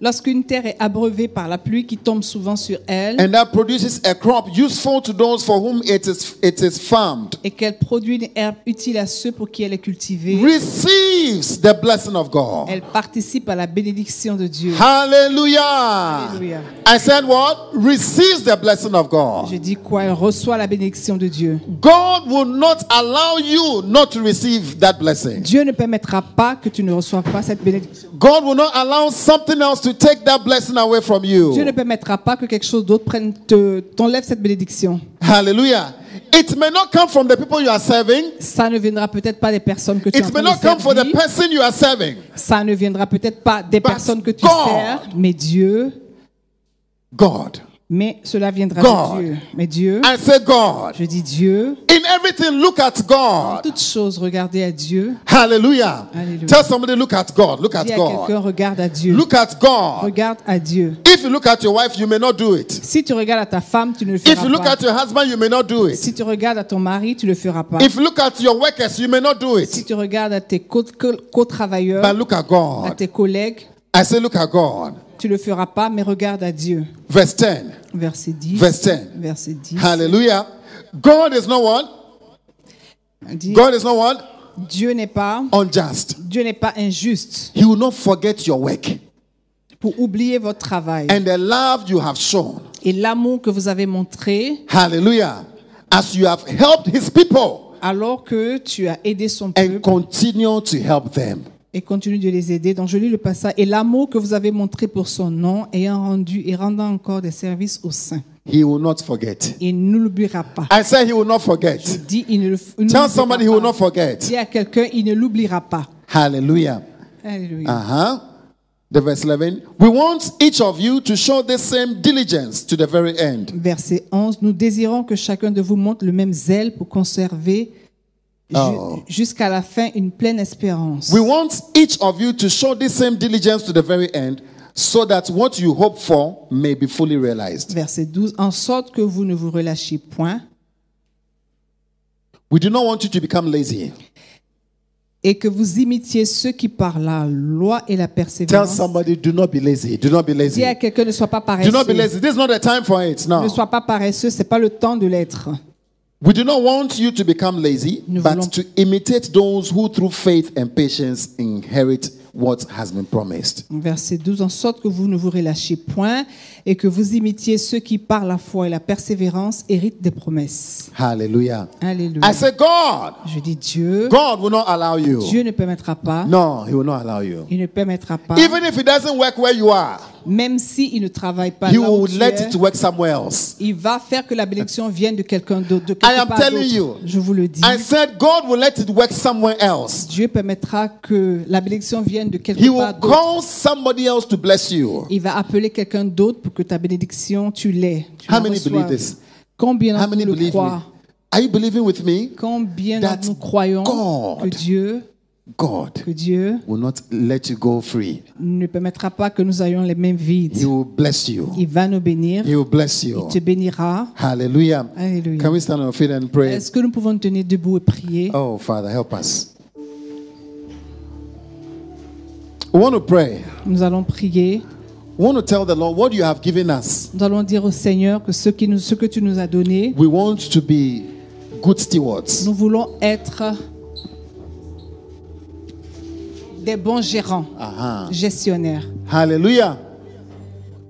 Speaker 2: Lorsqu'une terre est abreuvée par la pluie qui tombe souvent sur elle
Speaker 1: and that produces a crop useful to those for whom it is, it is farmed,
Speaker 2: et qu'elle produit une herbe utile à ceux pour qui elle est cultivée,
Speaker 1: receives the blessing of God.
Speaker 2: elle participe à la bénédiction de Dieu.
Speaker 1: Hallelujah.
Speaker 2: Hallelujah.
Speaker 1: I said, What? Receives the blessing of
Speaker 2: Je
Speaker 1: God.
Speaker 2: dis quoi Elle reçoit la bénédiction de Dieu.
Speaker 1: God will not allow you not to receive that blessing.
Speaker 2: Dieu ne permettra pas que tu ne reçoives pas cette bénédiction.
Speaker 1: God will not allow something else to take that blessing away from
Speaker 2: Dieu ne
Speaker 1: you.
Speaker 2: permettra pas que quelque chose d'autre prenne te- t'enlève cette bénédiction.
Speaker 1: Hallelujah. It may not come from the people you are serving.
Speaker 2: Ça ne viendra peut-être pas des personnes que tu es en
Speaker 1: It may
Speaker 2: train de
Speaker 1: not come from the
Speaker 2: servir.
Speaker 1: person you are serving.
Speaker 2: Ça ne viendra peut-être pas des
Speaker 1: But
Speaker 2: personnes que tu
Speaker 1: God.
Speaker 2: sers, mais Dieu,
Speaker 1: God.
Speaker 2: mais cela viendra
Speaker 1: God.
Speaker 2: de Dieu. Mais Dieu,
Speaker 1: I say God.
Speaker 2: je dis Dieu,
Speaker 1: In everything, look at God.
Speaker 2: toute chose regardez à Dieu.
Speaker 1: Hallelujah.
Speaker 2: Hallelujah.
Speaker 1: Tell somebody, look at God. Look at
Speaker 2: Dis à
Speaker 1: God.
Speaker 2: quelqu'un, regarde à Dieu.
Speaker 1: Look at God.
Speaker 2: Regarde à Dieu.
Speaker 1: If you look at your wife, you may not do it.
Speaker 2: Si tu regardes à ta femme, tu ne le
Speaker 1: If you
Speaker 2: feras
Speaker 1: look
Speaker 2: pas.
Speaker 1: at your husband, you may not do it.
Speaker 2: Si tu regardes à ton mari, tu ne le feras pas.
Speaker 1: If you look at your workers, you may not do
Speaker 2: Si
Speaker 1: it.
Speaker 2: tu regardes à tes co- co- co-travailleurs,
Speaker 1: But Bah, look at
Speaker 2: à
Speaker 1: God.
Speaker 2: tes collègues,
Speaker 1: I say, look at God.
Speaker 2: tu ne le feras pas, mais regarde à Dieu.
Speaker 1: Verse 10.
Speaker 2: Verset 10.
Speaker 1: Verse 10.
Speaker 2: Verset 10.
Speaker 1: Hallelujah. God is not what?
Speaker 2: Dit,
Speaker 1: God is not what?
Speaker 2: Dieu n'est pas,
Speaker 1: Unjust.
Speaker 2: Dieu n'est pas injuste
Speaker 1: He will not forget your work
Speaker 2: pour oublier votre travail
Speaker 1: and the love you have shown.
Speaker 2: et l'amour que vous avez montré
Speaker 1: Hallelujah. As you have helped his people
Speaker 2: alors que tu as aidé son
Speaker 1: and
Speaker 2: peuple
Speaker 1: continue to help them.
Speaker 2: et continue de les aider. Donc je lis le passage et l'amour que vous avez montré pour son nom ayant rendu et rendant encore des services au saints.
Speaker 1: He will not forget.
Speaker 2: Il ne l'oubliera pas.
Speaker 1: I say he will not forget.
Speaker 2: Je dis il ne le il ne
Speaker 1: Tell
Speaker 2: l'oubliera
Speaker 1: somebody he will
Speaker 2: pas.
Speaker 1: not forget.
Speaker 2: Dis à quelqu'un il ne l'oubliera pas.
Speaker 1: Hallelujah.
Speaker 2: Alléluia.
Speaker 1: Uh huh. The verse 11. We want each of you to show the same diligence to the very end.
Speaker 2: Verset 11, nous désirons que chacun de vous montre le même zèle pour conserver ju-
Speaker 1: Oh.
Speaker 2: jusqu'à la fin une pleine espérance.
Speaker 1: We want each of you to show the same diligence to the very end so that what you hope for may be fully realized.
Speaker 2: Verset 12, en sorte que vous ne vous relâchiez point
Speaker 1: We do not want you to become lazy.
Speaker 2: et que vous imitiez ceux qui par la loi et la
Speaker 1: Tell
Speaker 2: persévérance.
Speaker 1: somebody, do not be lazy. Do not be
Speaker 2: Dis à
Speaker 1: lazy.
Speaker 2: quelqu'un ne soit pas
Speaker 1: Do not be
Speaker 2: paresseux.
Speaker 1: lazy. This is not the time for it
Speaker 2: Ne
Speaker 1: now.
Speaker 2: sois pas paresseux, c'est pas le temps de l'être.
Speaker 1: We do not want you to become lazy,
Speaker 2: Nous
Speaker 1: but
Speaker 2: voulons-
Speaker 1: to imitate those who through faith and patience inherit what has been promised.
Speaker 2: Verset 12, en sorte que vous ne vous relâchiez point et que vous imitiez ceux qui par la foi et la persévérance héritent des promesses.
Speaker 1: Hallelujah.
Speaker 2: Alléluia.
Speaker 1: I say, God,
Speaker 2: Je dis Dieu,
Speaker 1: God will not allow you.
Speaker 2: Dieu ne permettra pas.
Speaker 1: No, He will not allow you.
Speaker 2: Il ne permettra pas,
Speaker 1: Even if it doesn't work where you are,
Speaker 2: même s'il ne travaille pas
Speaker 1: He
Speaker 2: là
Speaker 1: will
Speaker 2: où tu
Speaker 1: let
Speaker 2: es,
Speaker 1: it work somewhere else.
Speaker 2: il va faire que la bénédiction vienne de quelqu'un d'autre. de
Speaker 1: I
Speaker 2: quelque
Speaker 1: am
Speaker 2: part
Speaker 1: telling
Speaker 2: d'autre.
Speaker 1: you.
Speaker 2: Je vous le dis.
Speaker 1: I said, God will let it work somewhere else.
Speaker 2: Dieu permettra que la bénédiction vienne de
Speaker 1: He
Speaker 2: quelque
Speaker 1: will
Speaker 2: part d'autre.
Speaker 1: call somebody else to bless you.
Speaker 2: Il va appeler quelqu'un d'autre pour que ta bénédiction, tu l'aies. tu
Speaker 1: How
Speaker 2: la
Speaker 1: many
Speaker 2: reçoives.
Speaker 1: believe this?
Speaker 2: Combien
Speaker 1: How
Speaker 2: d'entre
Speaker 1: many
Speaker 2: nous le
Speaker 1: believe me?
Speaker 2: croient
Speaker 1: Are you believing with me?
Speaker 2: Combien
Speaker 1: that
Speaker 2: d'entre nous croyons
Speaker 1: God
Speaker 2: que Dieu
Speaker 1: God
Speaker 2: que Dieu
Speaker 1: will not let you go free.
Speaker 2: ne permettra pas que nous ayons les mêmes
Speaker 1: He
Speaker 2: vides.
Speaker 1: will bless you.
Speaker 2: Il va nous bénir,
Speaker 1: He will bless
Speaker 2: il
Speaker 1: you.
Speaker 2: te bénira.
Speaker 1: Hallelujah.
Speaker 2: Alléluia.
Speaker 1: Can we stand on our feet and pray?
Speaker 2: Est-ce que nous pouvons nous tenir debout et prier
Speaker 1: Oh, Father, help us. We want to pray.
Speaker 2: Nous allons prier.
Speaker 1: We want to tell the Lord what you have given us.
Speaker 2: Nous allons dire au Seigneur que ce, qui nous- ce que tu nous as donné,
Speaker 1: We want to be good stewards.
Speaker 2: nous voulons être des bons gérants,
Speaker 1: Uh-huh.
Speaker 2: gestionnaires.
Speaker 1: Hallelujah.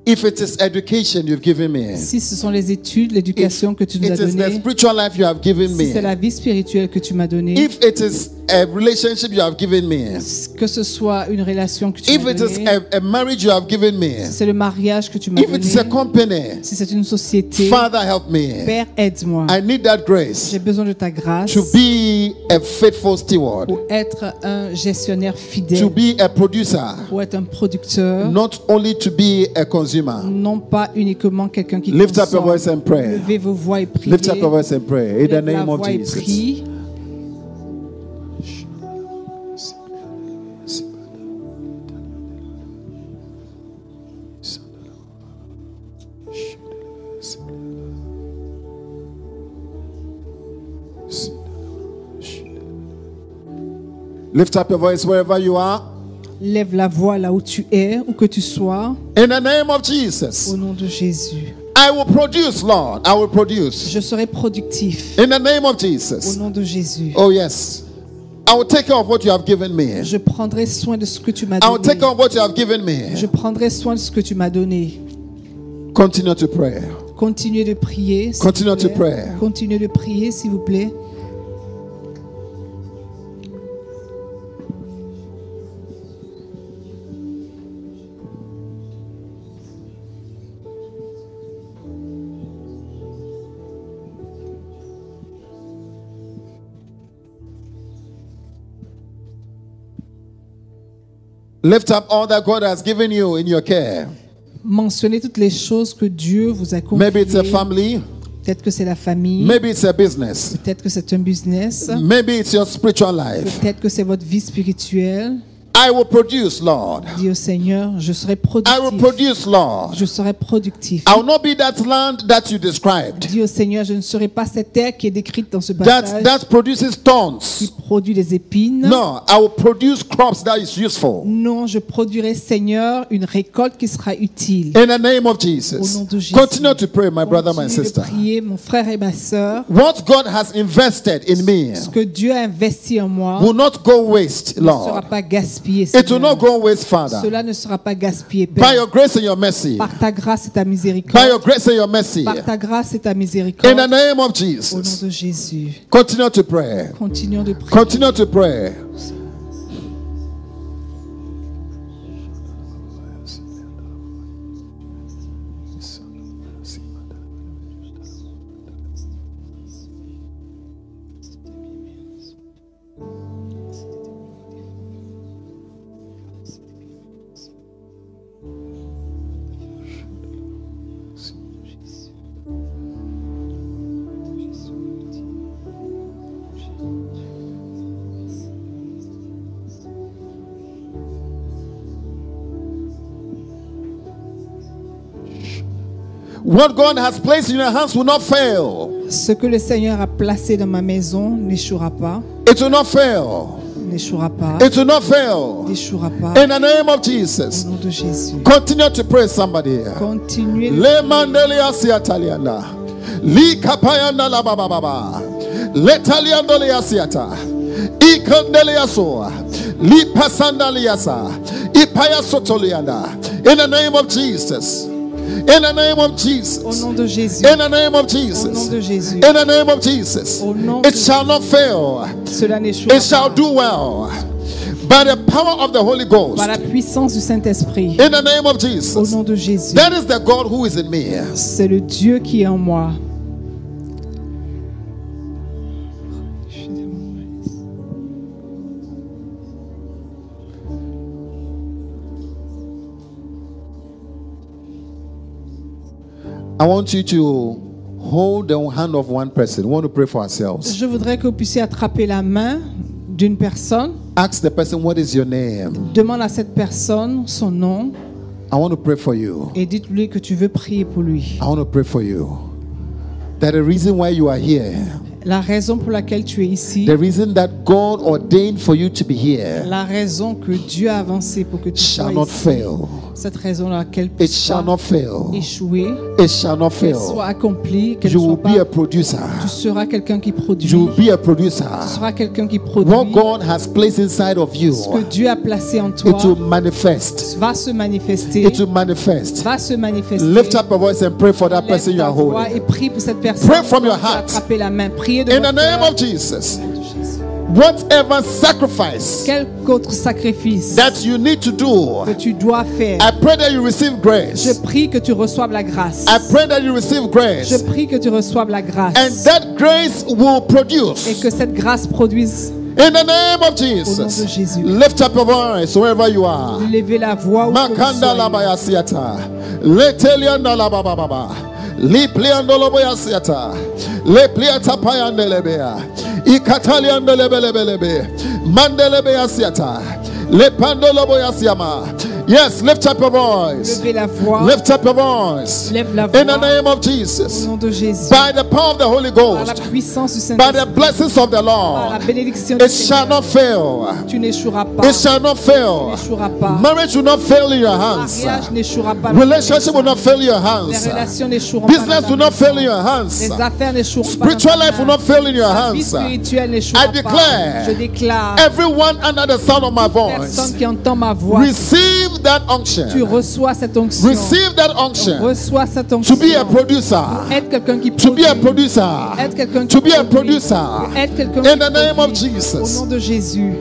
Speaker 1: If it is education you've given me, if
Speaker 2: Si ce sont les études, l'éducation que tu nous as
Speaker 1: it is the
Speaker 2: donnée,
Speaker 1: spiritual life you have given
Speaker 2: si
Speaker 1: me,
Speaker 2: c'est la vie spirituelle que tu m'as donnée,
Speaker 1: if it is a relationship you have given me,
Speaker 2: que ce soit une relation que tu
Speaker 1: if
Speaker 2: m'as
Speaker 1: it is
Speaker 2: donnée,
Speaker 1: a, a marriage you have given me,
Speaker 2: si c'est le mariage que tu m'as
Speaker 1: if it is a
Speaker 2: donné,
Speaker 1: company,
Speaker 2: si c'est une société,
Speaker 1: Father, help me.
Speaker 2: Père, aide-moi.
Speaker 1: I need that grace
Speaker 2: J'ai besoin de ta grâce
Speaker 1: to be a faithful steward.
Speaker 2: pour être un gestionnaire
Speaker 1: to
Speaker 2: fidèle,
Speaker 1: be a producer,
Speaker 2: pour être un producteur,
Speaker 1: not only to be a consumer.
Speaker 2: non pas uniquement quelqu'un qui
Speaker 1: Lift up your
Speaker 2: consomme.
Speaker 1: voice and pray.
Speaker 2: Levez vos voix et priez.
Speaker 1: Lift up your voice and pray in the
Speaker 2: Lève la
Speaker 1: name of
Speaker 2: voix et
Speaker 1: Jesus.
Speaker 2: prie.
Speaker 1: Lift up your voice wherever you are.
Speaker 2: Lève la voix là où tu es, où que tu sois,
Speaker 1: In the name of Jesus.
Speaker 2: au nom de Jésus.
Speaker 1: I will produce, Lord. I will produce.
Speaker 2: Je serai productif,
Speaker 1: In the name of
Speaker 2: au
Speaker 1: Jesus.
Speaker 2: nom de Jésus.
Speaker 1: Oh, yes. I will take care of what you have given me.
Speaker 2: Je prendrai soin de ce que tu m'as
Speaker 1: I will take care
Speaker 2: donné.
Speaker 1: of what you have given me.
Speaker 2: Je prendrai soin de ce que tu m'as donné.
Speaker 1: Continue to pray.
Speaker 2: Continuez de prier. s'il
Speaker 1: Continue
Speaker 2: vous
Speaker 1: to
Speaker 2: plaît.
Speaker 1: pray.
Speaker 2: Continuez de prier, s'il vous plaît.
Speaker 1: Lift up all that God has given you in your care.
Speaker 2: Mentionnez toutes les choses que Dieu vous a
Speaker 1: Maybe it's a
Speaker 2: confiées.
Speaker 1: family.
Speaker 2: Peut-être que c'est la famille.
Speaker 1: Maybe it's a business.
Speaker 2: Peut-être que c'est un business.
Speaker 1: Maybe it's your spiritual life.
Speaker 2: Peut-être que c'est votre vie spirituelle.
Speaker 1: I will produce, Lord.
Speaker 2: Dis au Seigneur, je serai
Speaker 1: I will
Speaker 2: productif.
Speaker 1: produce, Lord.
Speaker 2: Je serai productif.
Speaker 1: I will not be that land that you described.
Speaker 2: Dis au Seigneur, je ne serai pas cette terre qui est décrite dans ce
Speaker 1: That
Speaker 2: passage
Speaker 1: that produces
Speaker 2: qui
Speaker 1: thorns.
Speaker 2: produit des épines.
Speaker 1: No, I will produce crops that is useful.
Speaker 2: Non, je produirai, Seigneur, une récolte qui sera utile.
Speaker 1: In the name of
Speaker 2: Au
Speaker 1: Jesus.
Speaker 2: nom de Jésus.
Speaker 1: Continue to pray, my brother, my
Speaker 2: Continue
Speaker 1: sister.
Speaker 2: de prier, mon frère et ma sœur,
Speaker 1: What God has invested in me
Speaker 2: ce que Dieu a investi en moi
Speaker 1: will not go waste,
Speaker 2: ne sera
Speaker 1: Lord.
Speaker 2: pas gaspillé.
Speaker 1: It will
Speaker 2: Seigneur.
Speaker 1: not go waste, Father.
Speaker 2: Cela ne sera pas gaspillé. Père.
Speaker 1: By your grace and your mercy.
Speaker 2: Par ta grâce et ta
Speaker 1: By your
Speaker 2: miséricorde.
Speaker 1: grace and your mercy.
Speaker 2: Par ta grâce et ta
Speaker 1: In the
Speaker 2: miséricorde.
Speaker 1: name of
Speaker 2: Au nom
Speaker 1: Jesus.
Speaker 2: de Jésus.
Speaker 1: Continue to pray.
Speaker 2: Continuons de prier.
Speaker 1: Continue to pray. What God has placed in your hands will not fail.
Speaker 2: Ce que le Seigneur a placé dans ma maison n'échouera pas.
Speaker 1: It will not fail.
Speaker 2: N'échouera pas.
Speaker 1: It will not fail.
Speaker 2: N'échouera pas.
Speaker 1: In the name of
Speaker 2: Au
Speaker 1: Jesus.
Speaker 2: nom de Jésus.
Speaker 1: Continue to pray, somebody.
Speaker 2: Continuez. de
Speaker 1: Le mandelia si ataliana. Li kapayanda la baba baba. Le taliando le asiata. I kandelia soa. Li pasanda liasa. I paya sotoliana. In the name of Jesus. In the name of
Speaker 2: Au
Speaker 1: Jesus.
Speaker 2: nom de Jésus.
Speaker 1: In the name of
Speaker 2: Au nom
Speaker 1: Jesus.
Speaker 2: de Jésus.
Speaker 1: In the name of Jesus.
Speaker 2: Au nom
Speaker 1: It
Speaker 2: de
Speaker 1: shall not fail.
Speaker 2: Cela n'échouera
Speaker 1: It shall
Speaker 2: pas.
Speaker 1: do well by the power of the Holy Ghost.
Speaker 2: Par la puissance du Saint-Esprit.
Speaker 1: In the name of
Speaker 2: Au
Speaker 1: Jesus.
Speaker 2: nom de Jésus.
Speaker 1: That is the God who is in me.
Speaker 2: C'est le Dieu qui est en moi.
Speaker 1: I want you to hold the hand of one person. We want to pray for ourselves.
Speaker 2: Je voudrais que vous puissiez attraper la main d'une personne.
Speaker 1: Ask the person, What is your name?
Speaker 2: Demande à cette personne son nom
Speaker 1: I want to pray for you.
Speaker 2: et dites-lui que tu veux prier pour lui.
Speaker 1: I want to pray for you. That the reason why you are here,
Speaker 2: La raison pour laquelle tu es ici,
Speaker 1: the reason that God ordained for you to be here,
Speaker 2: la raison que Dieu a avancée pour que tu sois
Speaker 1: shall not
Speaker 2: ici,
Speaker 1: fail.
Speaker 2: cette raison dans laquelle tu
Speaker 1: It shall
Speaker 2: sois
Speaker 1: not fail.
Speaker 2: échoué,
Speaker 1: It shall not
Speaker 2: qu'elle
Speaker 1: fail.
Speaker 2: soit accomplie, qu'elle
Speaker 1: You will
Speaker 2: soit
Speaker 1: be
Speaker 2: pas,
Speaker 1: a producer.
Speaker 2: tu seras quelqu'un qui produit,
Speaker 1: You will
Speaker 2: tu
Speaker 1: be a producer.
Speaker 2: seras quelqu'un qui produit.
Speaker 1: What God has placed inside of you,
Speaker 2: Ce que Dieu a placé en toi
Speaker 1: it will manifest.
Speaker 2: va se manifester,
Speaker 1: It will manifest.
Speaker 2: va se manifester.
Speaker 1: Lift up your voice and pray for that
Speaker 2: Lève
Speaker 1: person you
Speaker 2: ta
Speaker 1: are
Speaker 2: voix
Speaker 1: holding.
Speaker 2: et prie pour cette personne.
Speaker 1: Pray from your
Speaker 2: Vous
Speaker 1: heart.
Speaker 2: attrapez la main. Priez de
Speaker 1: In the
Speaker 2: votre
Speaker 1: name
Speaker 2: cœur.
Speaker 1: of Jesus, whatever sacrifice
Speaker 2: Quel autre sacrifice
Speaker 1: that you need to
Speaker 2: que
Speaker 1: do,
Speaker 2: tu dois faire,
Speaker 1: I pray that you receive
Speaker 2: je
Speaker 1: grace.
Speaker 2: prie que tu reçoives la grâce.
Speaker 1: I pray that you receive grace.
Speaker 2: Je prie que tu reçoives la grâce.
Speaker 1: And that grace will
Speaker 2: et
Speaker 1: produce.
Speaker 2: que cette grâce produise.
Speaker 1: In the name of Jesus,
Speaker 2: Jésus.
Speaker 1: lift up your voice wherever you are.
Speaker 2: Levez la voix où que vous
Speaker 1: Makanda
Speaker 2: soyez.
Speaker 1: la baya siata. Letelianda la baba baba. Lipliando la baya siata. Lepliata payande lebea. Ikataliando lebe lebe lebe. Mandelebe ya siata. Lepando la baya siama. Yes, lift up your voice.
Speaker 2: Levez la voix
Speaker 1: Lift up your voice.
Speaker 2: Lève la
Speaker 1: In the
Speaker 2: voix.
Speaker 1: name of
Speaker 2: au
Speaker 1: Jesus.
Speaker 2: nom de Jésus.
Speaker 1: By the power of the Holy
Speaker 2: Par la
Speaker 1: Ghost.
Speaker 2: puissance du
Speaker 1: By the
Speaker 2: Saint-Esprit.
Speaker 1: blessings of the
Speaker 2: Par la
Speaker 1: Lord.
Speaker 2: bénédiction du
Speaker 1: It shall
Speaker 2: Seigneur.
Speaker 1: not fail.
Speaker 2: Tu n'échoueras pas.
Speaker 1: It shall not
Speaker 2: Tu
Speaker 1: fail.
Speaker 2: n'échoueras pas.
Speaker 1: Marriage will not fail in your
Speaker 2: Le
Speaker 1: hands.
Speaker 2: mariage n'échouera pas.
Speaker 1: Relationship will not fail in your
Speaker 2: Les
Speaker 1: hands.
Speaker 2: relations n'échoueront pas.
Speaker 1: Business will not fail in your hands.
Speaker 2: Les affaires n'échoueront pas.
Speaker 1: Spiritual life will not fail in your
Speaker 2: La vie
Speaker 1: hands.
Speaker 2: spirituelle n'échouera
Speaker 1: I
Speaker 2: pas.
Speaker 1: declare.
Speaker 2: Je déclare.
Speaker 1: Everyone under the sound of my
Speaker 2: Personne
Speaker 1: voice,
Speaker 2: qui entend ma voix.
Speaker 1: receive that
Speaker 2: Tu
Speaker 1: unction.
Speaker 2: reçois cette onction.
Speaker 1: Receive that unction
Speaker 2: Reçois cette onction.
Speaker 1: to be a producer.
Speaker 2: Être quelqu'un qui
Speaker 1: To be
Speaker 2: produit.
Speaker 1: a producer.
Speaker 2: Être quelqu'un qui
Speaker 1: To be a
Speaker 2: produit.
Speaker 1: producer.
Speaker 2: Être quelqu'un
Speaker 1: In
Speaker 2: qui
Speaker 1: the name of
Speaker 2: produit.
Speaker 1: Jesus.
Speaker 2: Au nom de Jésus.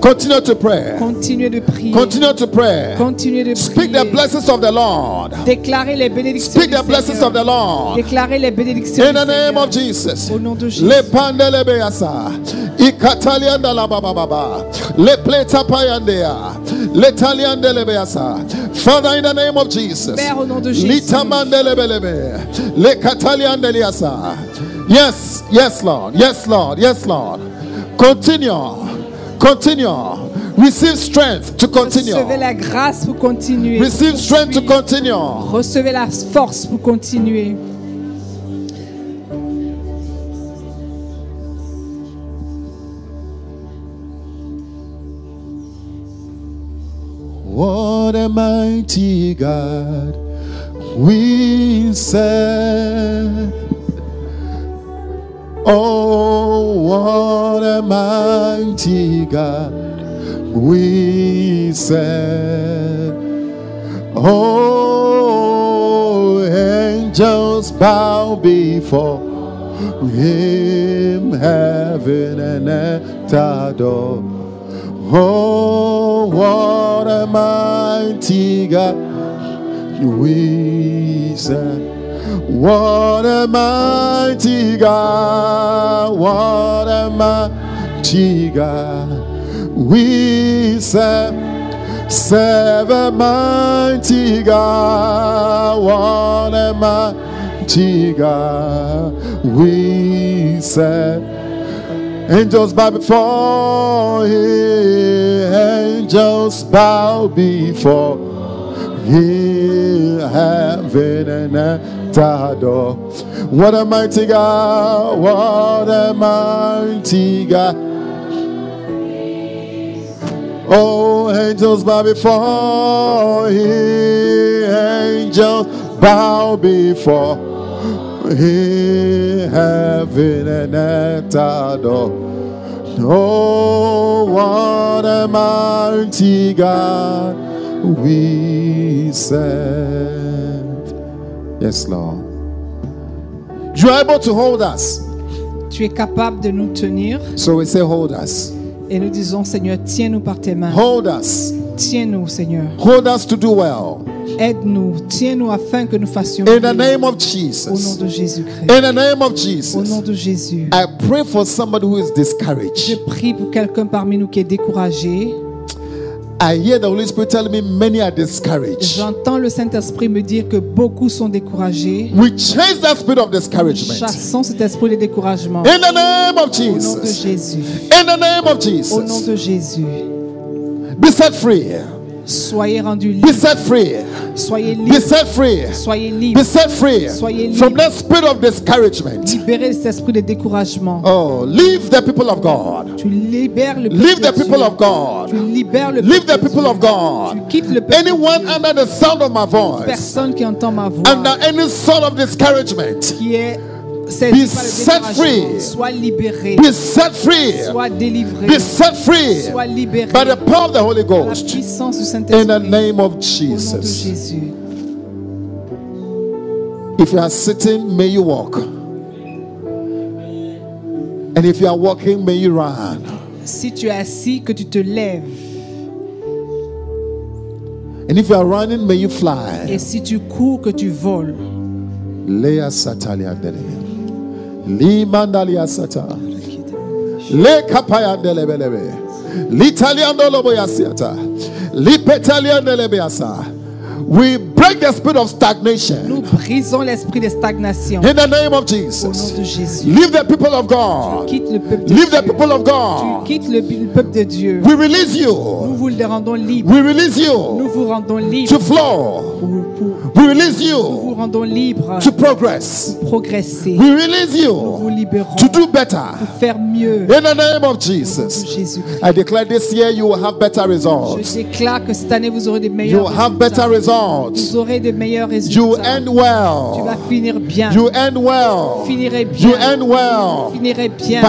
Speaker 1: Continue to pray.
Speaker 2: Continuez de prier.
Speaker 1: Continue to pray.
Speaker 2: Continuez de
Speaker 1: Speak
Speaker 2: prier.
Speaker 1: the blessings of the Lord.
Speaker 2: Déclarez les bénédictions
Speaker 1: Speak
Speaker 2: du
Speaker 1: the blessings
Speaker 2: Seigneur.
Speaker 1: of the Lord.
Speaker 2: Déclarez les bénédictions
Speaker 1: In
Speaker 2: du
Speaker 1: the Oh, name
Speaker 2: Seigneur.
Speaker 1: of Jesus.
Speaker 2: Au nom de Jésus.
Speaker 1: Le pandele beasa. Ikatalian da la baba baba. Le pleta payandea. Le talian de beasa. Father, in the name of Jesus.
Speaker 2: Père, au nom de Jésus.
Speaker 1: Litamandele belebe. Le katalian de liasa. Yes, yes, Lord. Yes, Lord. Yes, Lord. Continue. Continue. Receive strength to
Speaker 2: Recevez
Speaker 1: continue.
Speaker 2: la grâce pour continuer.
Speaker 1: Receive strength to continue.
Speaker 2: Recevez la force pour continuer.
Speaker 1: What a mighty God we serve. Oh, what a mighty God we serve. Oh, angels bow before him, heaven and earth adore. Oh, what a mighty God we serve. What a mighty God, what a mighty God we serve. Serve a mighty God, what a mighty God we eh? serve. Angels bow before him. Angels bow before him. Heaven and earth adore. What a mighty God! What a mighty God! Oh, angels bow before him. Angels bow before Hey, heaven and earth adore. Oh, what a mighty God we serve. Yes, Lord. You are able to hold us.
Speaker 2: Tu es capable de nous tenir
Speaker 1: So we say, hold us.
Speaker 2: et nous disons Seigneur, tiens-nous par tes mains.
Speaker 1: Hold us.
Speaker 2: Tiens-nous Seigneur.
Speaker 1: Hold us to do well.
Speaker 2: Aide-nous. Tiens-nous afin que nous fassions
Speaker 1: In the
Speaker 2: mieux.
Speaker 1: name of
Speaker 2: au nom
Speaker 1: Jesus.
Speaker 2: de Jésus-Christ.
Speaker 1: In the name of
Speaker 2: Au nom
Speaker 1: Jesus.
Speaker 2: de Jésus.
Speaker 1: I pray for somebody who is
Speaker 2: Je
Speaker 1: discouraged.
Speaker 2: prie pour quelqu'un parmi nous qui est découragé.
Speaker 1: I hear the Holy Spirit tell me many are discouraged.
Speaker 2: J'entends le Saint-Esprit me dire que beaucoup sont découragés.
Speaker 1: We change that spirit of discouragement.
Speaker 2: Chassons cet esprit de découragement.
Speaker 1: In the name of
Speaker 2: Au nom de
Speaker 1: Jesus.
Speaker 2: Jésus.
Speaker 1: In the name of
Speaker 2: Au nom
Speaker 1: Jesus.
Speaker 2: de Jésus.
Speaker 1: Be set free.
Speaker 2: Soyez rendus
Speaker 1: Be
Speaker 2: libres.
Speaker 1: set free.
Speaker 2: Soyez
Speaker 1: Be
Speaker 2: libres.
Speaker 1: set free.
Speaker 2: Soyez
Speaker 1: Be
Speaker 2: libres.
Speaker 1: set free
Speaker 2: Soyez
Speaker 1: from
Speaker 2: libres.
Speaker 1: that spirit of discouragement.
Speaker 2: Libérez cet esprit de découragement.
Speaker 1: Oh, leave the people of God.
Speaker 2: Tu libères le peuple.
Speaker 1: Leave the
Speaker 2: de
Speaker 1: people
Speaker 2: Dieu.
Speaker 1: of God.
Speaker 2: Tu libères le
Speaker 1: Leave the
Speaker 2: peuple. de
Speaker 1: people
Speaker 2: Dieu.
Speaker 1: of God.
Speaker 2: Tu quittes le peuple. de
Speaker 1: Anyone
Speaker 2: Dieu.
Speaker 1: under the sound of my voice,
Speaker 2: Personne qui entend ma voix.
Speaker 1: under any sort of discouragement,
Speaker 2: qui est
Speaker 1: Be
Speaker 2: saisie par le
Speaker 1: set
Speaker 2: découragement,
Speaker 1: free.
Speaker 2: soit libéré,
Speaker 1: be set free.
Speaker 2: soit délivré,
Speaker 1: Be set free
Speaker 2: soit libéré
Speaker 1: by the
Speaker 2: par
Speaker 1: power of the Holy
Speaker 2: la
Speaker 1: Ghost.
Speaker 2: puissance du
Speaker 1: In
Speaker 2: Saint-Esprit.
Speaker 1: the name of
Speaker 2: Au nom de
Speaker 1: Jesus.
Speaker 2: Jésus.
Speaker 1: If you are sitting, may you walk. And if you are walking, may you run.
Speaker 2: Si tu es assis, que tu te lèves.
Speaker 1: And if you are running, may you
Speaker 2: Et
Speaker 1: fly.
Speaker 2: si tu cours, que tu voles.
Speaker 1: Lea satalia delebe. Limandalia sata. Le kapaya delebelebe. Litalian doloboyasiata. Lipetalian delebeasa. We break the spirit of
Speaker 2: Nous
Speaker 1: stagnation.
Speaker 2: brisons l'esprit de stagnation.
Speaker 1: In the name of
Speaker 2: Au nom
Speaker 1: Jesus.
Speaker 2: de Jésus.
Speaker 1: Leave the people of God.
Speaker 2: Quitte le peuple de
Speaker 1: Leave the
Speaker 2: Dieu.
Speaker 1: people of
Speaker 2: Tu
Speaker 1: God.
Speaker 2: quittes le, le peuple de Dieu.
Speaker 1: We release
Speaker 2: Nous
Speaker 1: you.
Speaker 2: vous le rendons libre.
Speaker 1: We release
Speaker 2: Nous
Speaker 1: you
Speaker 2: vous rendons libre.
Speaker 1: to flow.
Speaker 2: Pour, pour-
Speaker 1: We release
Speaker 2: nous vous
Speaker 1: you
Speaker 2: rendons libre
Speaker 1: to progress.
Speaker 2: progresser.
Speaker 1: We release
Speaker 2: Nous vous
Speaker 1: you
Speaker 2: libérons
Speaker 1: to do better.
Speaker 2: pour faire mieux.
Speaker 1: In the name of
Speaker 2: Jésus.
Speaker 1: Jesus.
Speaker 2: Jésus-Christ.
Speaker 1: I declare this year you will have better
Speaker 2: Je
Speaker 1: results.
Speaker 2: déclare que cette année, vous aurez des
Speaker 1: You will
Speaker 2: meilleurs
Speaker 1: have
Speaker 2: résultats.
Speaker 1: better results.
Speaker 2: Vous aurez des meilleurs
Speaker 1: You will
Speaker 2: résultats.
Speaker 1: end
Speaker 2: Tu vas
Speaker 1: well.
Speaker 2: finir bien.
Speaker 1: You end well.
Speaker 2: Finirez bien.
Speaker 1: You end well.
Speaker 2: Finirez bien.